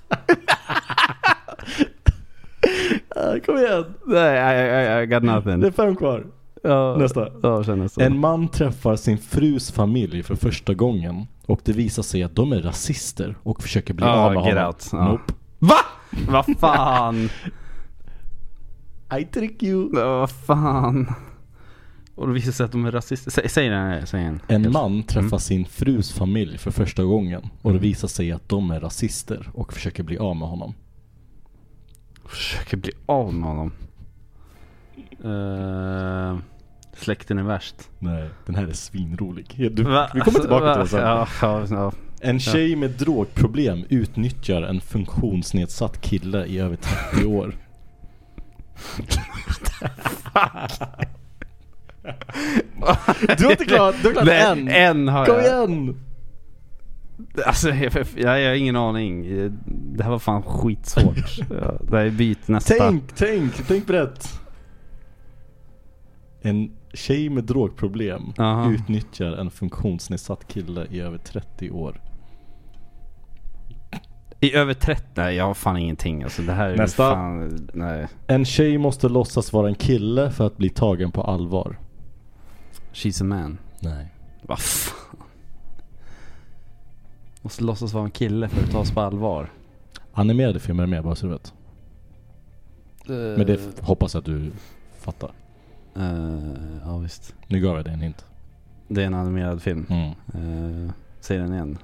Speaker 4: Ah, Kom igen.
Speaker 3: Nej, I, I, I got nothing.
Speaker 4: Det är fem kvar.
Speaker 3: Ja,
Speaker 4: Nästa.
Speaker 3: Ja, känner så.
Speaker 4: En man träffar sin frus familj för första gången och det visar sig att de är rasister och försöker bli
Speaker 3: Ja,
Speaker 4: av med
Speaker 3: Ah, get
Speaker 4: honom.
Speaker 3: out. Ja.
Speaker 4: Nope.
Speaker 3: Va? Vad fan?
Speaker 4: I trick you.
Speaker 3: Vad fan? Och det visar sig att de är rasister. Säg, säg den här, säg en.
Speaker 4: En man träffar
Speaker 3: Mm.
Speaker 4: sin frus familj för första gången och det visar sig att de är rasister och försöker bli av med honom.
Speaker 3: Försöker bli av med honom. Uh, släkten är värst.
Speaker 4: Nej, den här är svinrolig. Ja, Du,
Speaker 3: Va?
Speaker 4: vi kommer tillbaka till den
Speaker 3: Alltså,
Speaker 4: sen.
Speaker 3: va? Ja, ja, ja.
Speaker 4: En tjej med drogproblem utnyttjar en funktionsnedsatt kille i över 30 år. du har inte klarat, du har klarat
Speaker 3: Nej,
Speaker 4: en.
Speaker 3: en har
Speaker 4: Kom
Speaker 3: jag.
Speaker 4: igen!
Speaker 3: Alltså, jag, jag, jag har ingen aning. Det här var fan skitsvårt. ja, det här är byt nästa.
Speaker 4: Tänk, tänk, tänk brett. En Tjej med drogproblem
Speaker 3: Aha.
Speaker 4: utnyttjar en funktionsnedsatt kille i över 30 år.
Speaker 3: I över 30? Nej jag har fan ingenting alltså. Det här är
Speaker 4: Nästa.
Speaker 3: Nästa. fan... Nej.
Speaker 4: En tjej måste låtsas vara en kille för att bli tagen på allvar.
Speaker 3: She's a man.
Speaker 4: Nej.
Speaker 3: Vad fan. Måste låtsas vara en kille för att tas på allvar.
Speaker 4: Animerade filmer är med bara så du vet. Men det f- hoppas jag att du fattar.
Speaker 3: Eh, ja visst.
Speaker 4: Nu gav jag dig en hint.
Speaker 3: Det är en animerad film.
Speaker 4: Mm.
Speaker 3: Eh, säg den igen.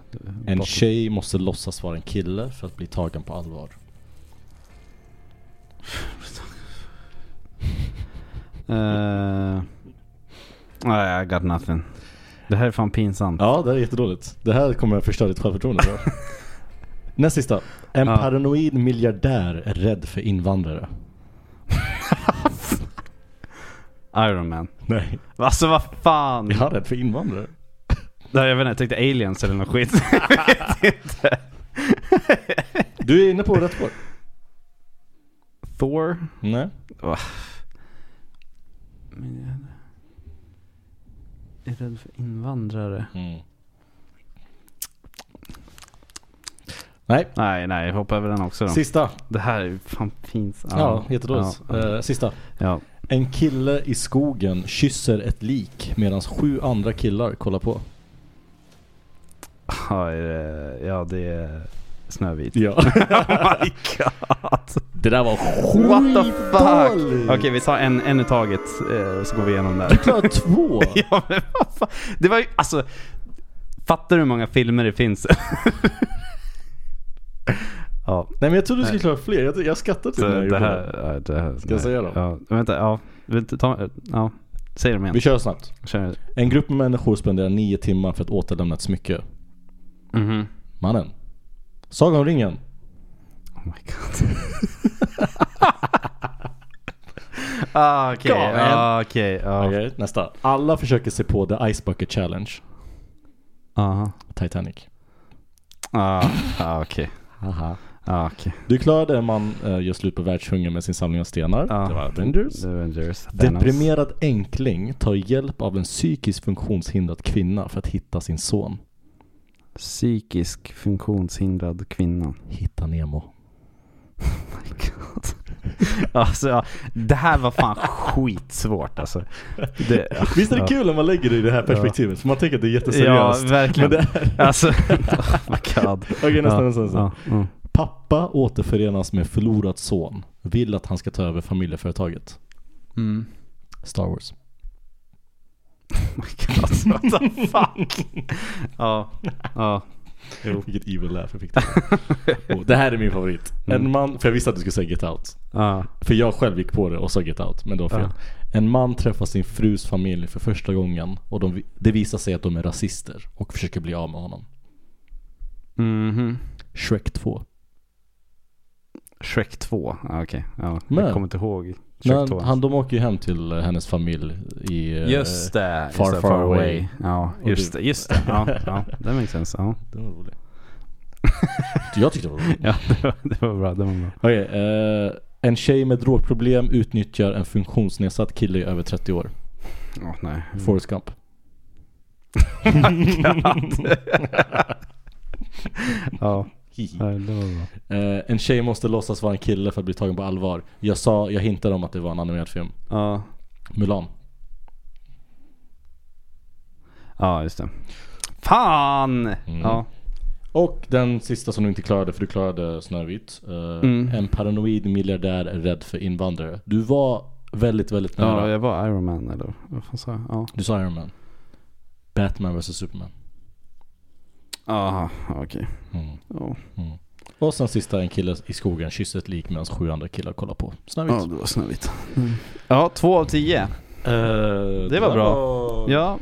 Speaker 4: En
Speaker 3: Bort-
Speaker 4: tjej måste låtsas vara en kille för att bli tagen på allvar.
Speaker 3: Eh, Nej, I got nothing. Det här är fan pinsamt.
Speaker 4: Ja, det här är jättedåligt. Det här kommer att förstöra ditt självförtroende tror jag. Näst sista. En
Speaker 3: Ja.
Speaker 4: paranoid miljardär är rädd för invandrare.
Speaker 3: Iron Man.
Speaker 4: Nej.
Speaker 3: Alltså vad fan.
Speaker 4: Jag är rädd för invandrare.
Speaker 3: Nej, jag vet inte, jag tänkte aliens eller något skit.
Speaker 4: Du är inne på rätt spår.
Speaker 3: Thor?
Speaker 4: Nej.
Speaker 3: Men jag är rädd för invandrare.
Speaker 4: Mm. Nej.
Speaker 3: Nej, nej, hoppa över den också då.
Speaker 4: Sista.
Speaker 3: Det här är ju fan pinsamt.
Speaker 4: Ja, jättedåligt.
Speaker 3: Ja,
Speaker 4: Eh, sista.
Speaker 3: ja.
Speaker 4: En kille i skogen kysser ett lik medan sju andra killar kollar på.
Speaker 3: Ja, är det- ja, det är Snövit.
Speaker 4: Ja.
Speaker 3: Oh my god.
Speaker 4: Det där var
Speaker 3: What the fuck?
Speaker 4: skitdåligt.
Speaker 3: Okej, vi tar en, en i taget eh, så går vi igenom där.
Speaker 4: Klar två.
Speaker 3: ja, men vad fan. Det var ju, alltså. Fattar du hur många filmer det finns? ja.
Speaker 4: Nej men jag trodde du skulle klara fler. Jag, jag skrattade till
Speaker 3: Så
Speaker 4: när jag
Speaker 3: det
Speaker 4: gjorde
Speaker 3: här, ja, det här Ska
Speaker 4: jag säga dem?
Speaker 3: Ja, vänta, ja. Vänta, ta, ja. Säg dem igen.
Speaker 4: Vi kör snabbt.
Speaker 3: Kör.
Speaker 4: En grupp med människor spenderar nio timmar för att återlämna ett smycke.
Speaker 3: Mhm.
Speaker 4: Mannen. Sagan om ringen.
Speaker 3: Oh my god. ah, okej.
Speaker 4: Kom igen.
Speaker 3: Ah, okej. Ja.
Speaker 4: Okej, nästa. Alla försöker se på The Ice Bucket Challenge.
Speaker 3: Aha.
Speaker 4: Titanic.
Speaker 3: Ah, ah, okej. Ah, okej.
Speaker 4: Du klarade en man uh, gör slut på världshungern med sin samling av stenar.
Speaker 3: Ja.
Speaker 4: Det var Avengers.
Speaker 3: The Avengers. Thanos.
Speaker 4: Deprimerad enkling tar hjälp av en psykiskt funktionshindrad kvinna för att hitta sin son.
Speaker 3: Psykisk funktionshindrad kvinna.
Speaker 4: Hitta Nemo.
Speaker 3: Alltså, ja, det här var fan skitsvårt alltså. Det,
Speaker 4: Visst är det
Speaker 3: ja.
Speaker 4: kul när man lägger det i det här perspektivet? För man tänker att det är jätteseriöst.
Speaker 3: Ja, verkligen.
Speaker 4: Men det är...
Speaker 3: Alltså, oh my god.
Speaker 4: Okej, nästan, nästan, nästan.
Speaker 3: Ja, mm.
Speaker 4: Pappa återförenas med förlorad son. Vill att han ska ta över familjeföretaget.
Speaker 3: Mm.
Speaker 4: Star Wars.
Speaker 3: Oh my god, what the fuck? ja, ja. Jo.
Speaker 4: Vilket evil laugh jag fick där. oh, Det här är min favorit.
Speaker 3: Mm.
Speaker 4: En man, för jag visste att du skulle säga Get Out.
Speaker 3: ja.
Speaker 4: För jag själv gick på det och sa Get Out, men det var fel.
Speaker 3: Ja.
Speaker 4: En man träffar sin frus familj för första gången och de, det visar sig att de är rasister och försöker bli av med honom.
Speaker 3: Mhm.
Speaker 4: Shrek 2.
Speaker 3: Shrek 2, ja, okej. Ja,
Speaker 4: Men-
Speaker 3: jag kommer inte ihåg. Shrek
Speaker 4: Men
Speaker 3: 2.
Speaker 4: han, de åker ju hem till eh, hennes familj i... eh,
Speaker 3: Just det, just
Speaker 4: Far,
Speaker 3: det,
Speaker 4: far away.
Speaker 3: Ja,
Speaker 4: Och
Speaker 3: just
Speaker 4: du-
Speaker 3: det, just det. Ja, ja, det makes sense. Ja,
Speaker 4: Den var rolig. jag tyckte det var roligt.
Speaker 3: ja det, var, det var bra. Det var bra.
Speaker 4: Okej, eh, en tjej med drogproblem utnyttjar en funktionsnedsatt kille i över 30 år.
Speaker 3: Mm. Åh, nej.
Speaker 4: Forrest Gump.
Speaker 3: Ja, nej, det var bra.
Speaker 4: Eh, en tjej måste låtsas vara en kille för att bli tagen på allvar. Jag sa, jag hintade om att det var en animerad film.
Speaker 3: Ja,
Speaker 4: Mulan.
Speaker 3: ja just det. Fan! Ja.
Speaker 4: Och den sista som du inte klarade, för du klarade Snövit. Eh,
Speaker 3: Mm.
Speaker 4: En paranoid miljardär är rädd för invandrare. Du var väldigt, väldigt
Speaker 3: ja,
Speaker 4: nära.
Speaker 3: jag var Iron Man eller vad fan sa jag? Ja,
Speaker 4: Du sa Iron Man. Batman vs Superman.
Speaker 3: Aha, ja, okej.
Speaker 4: Mm.
Speaker 3: Ja,
Speaker 4: Och sen sista, en kille i skogen kysser ett lik medan sju andra killar kollar på. Snövit.
Speaker 3: ja det var snövigt. Mm. Ja, två av tio. Eh, det var bra. Ja.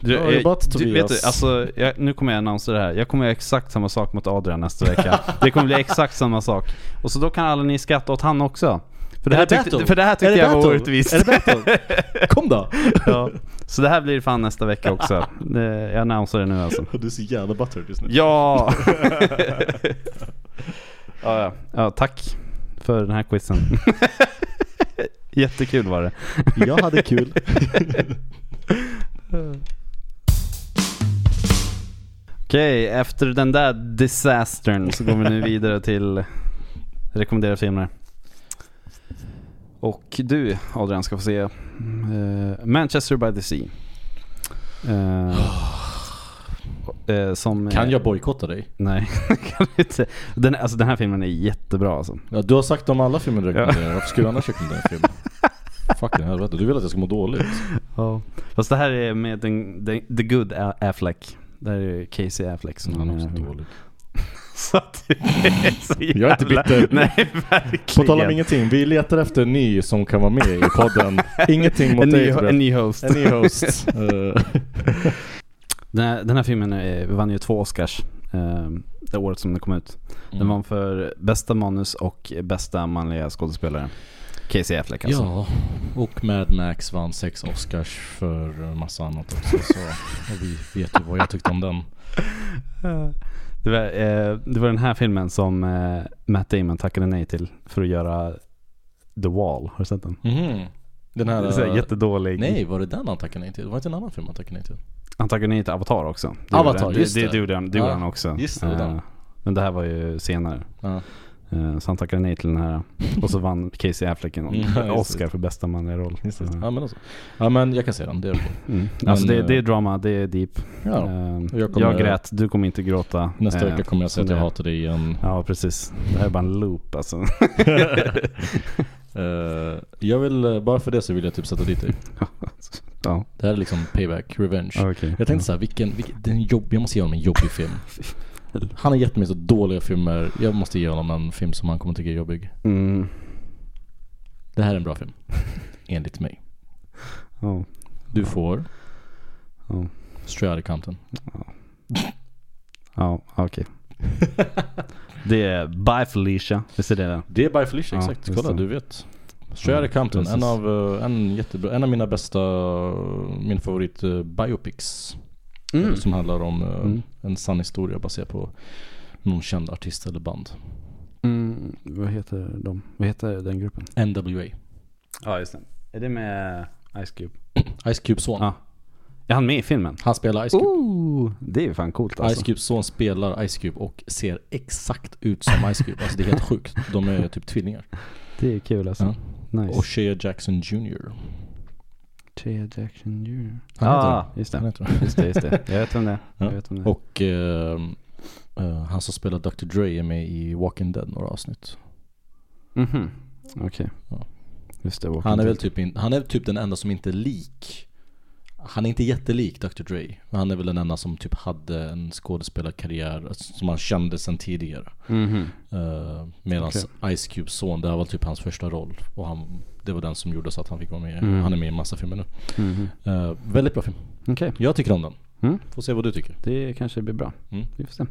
Speaker 3: Du, eh,
Speaker 4: Bra jobbat,
Speaker 3: du, vet du,
Speaker 4: Tobias.
Speaker 3: alltså, jag, nu kommer jag annonsera det här. Jag kommer göra exakt samma sak mot Adrian nästa vecka. det kommer bli exakt samma sak. Och så då kan alla ni skratta åt han också. För det,
Speaker 4: Är
Speaker 3: här
Speaker 4: det
Speaker 3: tyckte,
Speaker 4: battle?
Speaker 3: för det här
Speaker 4: Är
Speaker 3: tyckte
Speaker 4: det
Speaker 3: jag var
Speaker 4: battle?
Speaker 3: orättvist.
Speaker 4: Är det battle? Kom då!
Speaker 3: ja. Så det här blir fan nästa vecka också. Det- Jag annonserar det nu alltså.
Speaker 4: Du är så jävla buttered just nu.
Speaker 3: Ja! ja, ja. ja, tack för den här quizen. Jättekul var det.
Speaker 4: Jag hade kul.
Speaker 3: Okej, efter den där disastern så går vi nu vidare till rekommenderade filmer. Och du Adrian ska få se eh, Manchester by the Sea. Eh, eh, som,
Speaker 4: Kan jag bojkotta dig?
Speaker 3: Nej, kan du inte. Den, alltså, den här filmen är jättebra alltså.
Speaker 4: Ja, du har sagt om alla filmer du rekommenderar. Varför skulle du annars rekommendera en film? Fucking helvete. Du vill att jag ska må dåligt.
Speaker 3: Mm. Ja. Fast det här är med den, den, The Good A- Affleck. Det här är Casey Affleck som
Speaker 4: Han
Speaker 3: är
Speaker 4: är också
Speaker 3: med.
Speaker 4: dålig.
Speaker 3: Så att det är så
Speaker 4: Jag är inte
Speaker 3: jävla-
Speaker 4: bitter.
Speaker 3: Nej,
Speaker 4: På
Speaker 3: verkligen.
Speaker 4: tal om ingenting. Vi letar efter en ny som kan vara med i podden. Ingenting mot
Speaker 3: en,
Speaker 4: dig
Speaker 3: ny,
Speaker 4: Tobias.
Speaker 3: en ny host.
Speaker 4: En ny host. Eh,
Speaker 3: Den här, den här filmen eh, vann ju två Oscars eh, det året som den kom ut.
Speaker 4: Mm.
Speaker 3: Den vann för bästa manus och bästa manliga skådespelare. Casey Affleck alltså.
Speaker 4: Ja, och Mad Max vann sex Oscars för en massa annat också. Så och vi vet ju vad jag tyckte om den.
Speaker 3: Det, var, eh, det var den här filmen som eh, Matt Damon tackade nej till för att göra The Wall. Har du sett den?
Speaker 4: Mhm. Den
Speaker 3: Det
Speaker 4: här...
Speaker 3: är så här
Speaker 4: eh,
Speaker 3: jättedålig.
Speaker 4: Nej, var det den han tackade nej till? Var det inte en annan film han tackade nej till?
Speaker 3: Han tackade nej till Avatar också.
Speaker 4: Avatar,
Speaker 3: gjorde,
Speaker 4: just
Speaker 3: det.
Speaker 4: det.
Speaker 3: Det, det gjorde han, det gjorde
Speaker 4: Ja,
Speaker 3: han också.
Speaker 4: just det, det gjorde han.
Speaker 3: Eh, Men det här var ju senare.
Speaker 4: Ja.
Speaker 3: Eh, Så han tackade nej till den här. Och så vann Casey Affleck en
Speaker 4: Mm, Ja, just det.
Speaker 3: Oscar för bästa manliga roll. Eh,
Speaker 4: Ja men alltså. Ja men jag kan se den, det är okej.
Speaker 3: Mm. Alltså
Speaker 4: Men,
Speaker 3: det, det är
Speaker 4: eh,
Speaker 3: drama, det är deep.
Speaker 4: Ja.
Speaker 3: Ehm,
Speaker 4: jag
Speaker 3: jag,
Speaker 4: kommer-
Speaker 3: grät, du kommer inte gråta.
Speaker 4: Nästa
Speaker 3: Eh,
Speaker 4: vecka kommer jag säga att
Speaker 3: som
Speaker 4: jag
Speaker 3: det är.
Speaker 4: hatar dig igen.
Speaker 3: Ja precis. Det här är bara en loop alltså.
Speaker 4: Eh, jag vill, eh, bara för det så vill jag typ sätta dit dig.
Speaker 3: ja,
Speaker 4: Det här är liksom payback, revenge.
Speaker 3: okej.
Speaker 4: Jag tänkte såhär, vilken, vilken den jobb, jag måste ge honom en jobbig film. Han har gett mig så dåliga filmer, jag måste ge honom en film som han kommer tycka är jobbig.
Speaker 3: Mm.
Speaker 4: Det här är en bra film. Enligt mig.
Speaker 3: Ja.
Speaker 4: Du får
Speaker 3: Ja.
Speaker 4: Straight Outta Compton.
Speaker 3: Ja, okej. det är Bye Felicia, visst är det den?
Speaker 4: Det är By Felicia,
Speaker 3: Ja,
Speaker 4: exakt.
Speaker 3: just
Speaker 4: Kolla,
Speaker 3: det.
Speaker 4: du vet. Straight Outta
Speaker 3: Ja,
Speaker 4: Compton, en
Speaker 3: precis.
Speaker 4: av, eh, en, jättebra, en av mina bästa, eh, min favorit eh, biopics.
Speaker 3: Mm.
Speaker 4: Som handlar om eh,
Speaker 3: Mm.
Speaker 4: en sann historia baserad på någon känd artist eller band.
Speaker 3: Mm. Vad heter de? Vad heter den gruppen?
Speaker 4: NWA.
Speaker 3: Ja just det. Är det med Ice Cube?
Speaker 4: Ice Cubes son.
Speaker 3: Ja. Är han med i filmen?
Speaker 4: Han spelar Ice Cube.
Speaker 3: Ooh, det är ju fan coolt alltså.
Speaker 4: Ice Cubes son spelar Ice Cube och ser exakt ut som Ice Cube. Alltså det är helt sjukt. De är typ tvillingar.
Speaker 3: Det är kul alltså. Nice.
Speaker 4: Och Shea Jackson Jr.
Speaker 3: Shea Jackson Jr.
Speaker 4: Han heter
Speaker 3: ah, just
Speaker 4: Han
Speaker 3: det.
Speaker 4: heter
Speaker 3: Just det, just det. Jag vet vem det är.
Speaker 4: Ja.
Speaker 3: Jag vet vem det är.
Speaker 4: Och eh, eh, han som spelar Dr. Dre är med i Walking Dead några avsnitt.
Speaker 3: Mhm. Okej.
Speaker 4: Ja.
Speaker 3: Just det, Walking
Speaker 4: Han är
Speaker 3: Dead.
Speaker 4: väl typ, in, han är typ den enda som inte är lik. Han är inte jättelik Dr. Dre. Men han är väl den enda som typ hade en skådespelarkarriär som han kände sedan tidigare.
Speaker 3: Mhm.
Speaker 4: Uh, Medan Ice Cubes son, det här var typ hans första roll. Och han, det var den som gjorde så att han fick vara med.
Speaker 3: Mm.
Speaker 4: Han är med i en massa filmer nu.
Speaker 3: Mhm.
Speaker 4: Eh, väldigt bra film.
Speaker 3: Okej.
Speaker 4: Jag tycker om den.
Speaker 3: Mm.
Speaker 4: Får se vad du tycker.
Speaker 3: Det kanske blir bra.
Speaker 4: Mm.
Speaker 3: Vi får se.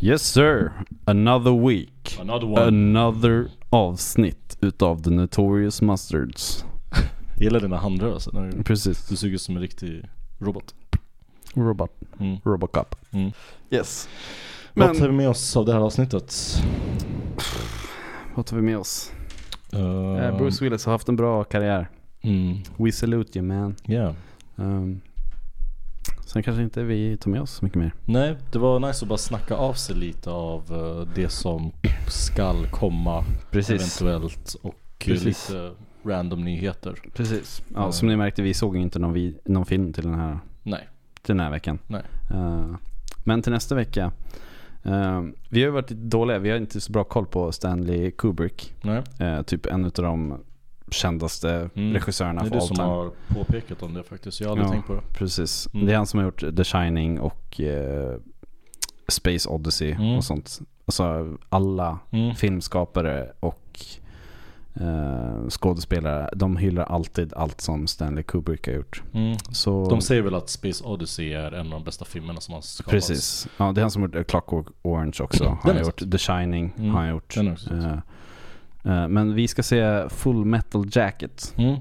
Speaker 3: Yes sir. Another week.
Speaker 4: Another
Speaker 3: Another avsnitt utav The Notorious Mustards.
Speaker 4: Jag gillar dina handrörelser. när du-
Speaker 3: Precis.
Speaker 4: Du ser ut som en riktig robot.
Speaker 3: Robot.
Speaker 4: Mm.
Speaker 3: Robocop.
Speaker 4: Mm.
Speaker 3: Yes. Men
Speaker 4: Vad tar vi med oss av det här avsnittet?
Speaker 3: vad tar vi med oss?
Speaker 4: Ehm,
Speaker 3: Eh, Bruce Willis har haft en bra karriär.
Speaker 4: Mm,
Speaker 3: We salute you man.
Speaker 4: yeah.
Speaker 3: Um, sen kanske inte vi tar med oss så mycket mer.
Speaker 4: Nej, det var nice att bara snacka av sig lite av eh, det som skall komma eventuellt och eh,
Speaker 3: Precis.
Speaker 4: lite random nyheter.
Speaker 3: Precis. Ja,
Speaker 4: Mm.
Speaker 3: Som ni märkte, vi såg ju inte någon, vi- någon film till den här,
Speaker 4: Nej.
Speaker 3: till den här veckan.
Speaker 4: Nej.
Speaker 3: Eh, men till nästa vecka. eh, vi har ju varit lite dåliga. Vi har inte så bra koll på Stanley Kubrick.
Speaker 4: Nej.
Speaker 3: eh, typ en av de kändaste
Speaker 4: Mm.
Speaker 3: regissörerna
Speaker 4: Det är
Speaker 3: för
Speaker 4: du
Speaker 3: all
Speaker 4: som
Speaker 3: time.
Speaker 4: har påpekat om det faktiskt. Jag har aldrig
Speaker 3: Ja.
Speaker 4: tänkt på det.
Speaker 3: Precis.
Speaker 4: Mm.
Speaker 3: Det är han som har gjort The Shining och eh, Space Odyssey
Speaker 4: Mm.
Speaker 3: och sånt. Alltså alla
Speaker 4: Mm.
Speaker 3: filmskapare och eh, skådespelare, de hyllar alltid allt som Stanley Kubrick har gjort.
Speaker 4: Mm.
Speaker 3: Så,
Speaker 4: De säger väl att Space Odyssey är en av de bästa filmerna som har skapats.
Speaker 3: precis. Ja, det är han som har gjort A Clockwork Orange också. Har
Speaker 4: Den
Speaker 3: han
Speaker 4: har jag
Speaker 3: gjort The Shining
Speaker 4: Mm,
Speaker 3: har han gjort.
Speaker 4: den har jag också sett.
Speaker 3: Eh, eh, men vi ska se Full Metal Jacket.
Speaker 4: Mm.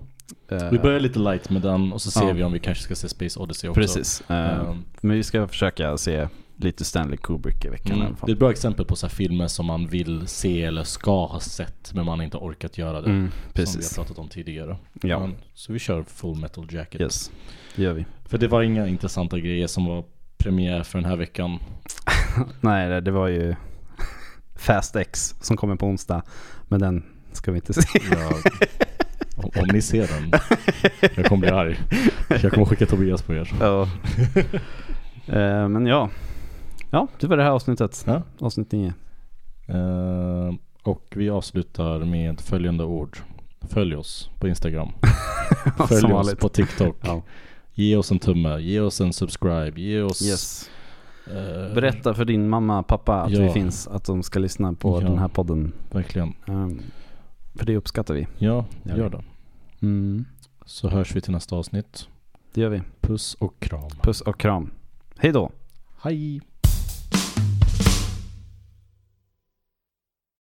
Speaker 3: Eh,
Speaker 4: Vi börjar lite light med den och så ser
Speaker 3: Ja.
Speaker 4: vi om vi kanske ska se Space Odyssey också.
Speaker 3: Precis. Eh,
Speaker 4: Ehm,
Speaker 3: men vi ska försöka se lite Stanley Kubrick i veckan i alla
Speaker 4: Mm. Det är
Speaker 3: fall.
Speaker 4: ett bra exempel på så här filmer som man vill se eller ska ha sett men man inte orkat göra det.
Speaker 3: Mm,
Speaker 4: Som vi
Speaker 3: precis.
Speaker 4: har pratat om tidigare.
Speaker 3: Ja.
Speaker 4: Men, så vi kör Full Metal Jacket.
Speaker 3: Yes, det gör vi.
Speaker 4: För det var inga intressanta grejer som var premiär för den här veckan.
Speaker 3: Nej, det- det var ju Fast X som kommer på onsdag. Men den ska vi inte se.
Speaker 4: om, om ni ser den. Jag kommer bli arg. Jag kommer skicka Tobias på er.
Speaker 3: Ja. Eh, Men ja. Ja, det var det här avsnittet.
Speaker 4: Ja.
Speaker 3: Avsnitt 9.
Speaker 4: Eh, och vi avslutar med följande ord. Följ oss på Instagram. Följ
Speaker 3: Som
Speaker 4: oss
Speaker 3: vanligt.
Speaker 4: på TikTok.
Speaker 3: Ja.
Speaker 4: Ge oss en tumme. Ge oss en subscribe. Ge oss...
Speaker 3: Yes.
Speaker 4: eh,
Speaker 3: Berätta för din mamma, pappa att
Speaker 4: Ja.
Speaker 3: vi finns. Att de ska lyssna på
Speaker 4: Ja.
Speaker 3: den här podden.
Speaker 4: Verkligen.
Speaker 3: Ehm, För det uppskattar vi.
Speaker 4: Ja,
Speaker 3: Gör
Speaker 4: gör
Speaker 3: det.
Speaker 4: det.
Speaker 3: Mm.
Speaker 4: Så hörs vi till nästa avsnitt.
Speaker 3: Det gör vi.
Speaker 4: Puss och kram.
Speaker 3: Puss och kram. Hej då.
Speaker 4: Hej!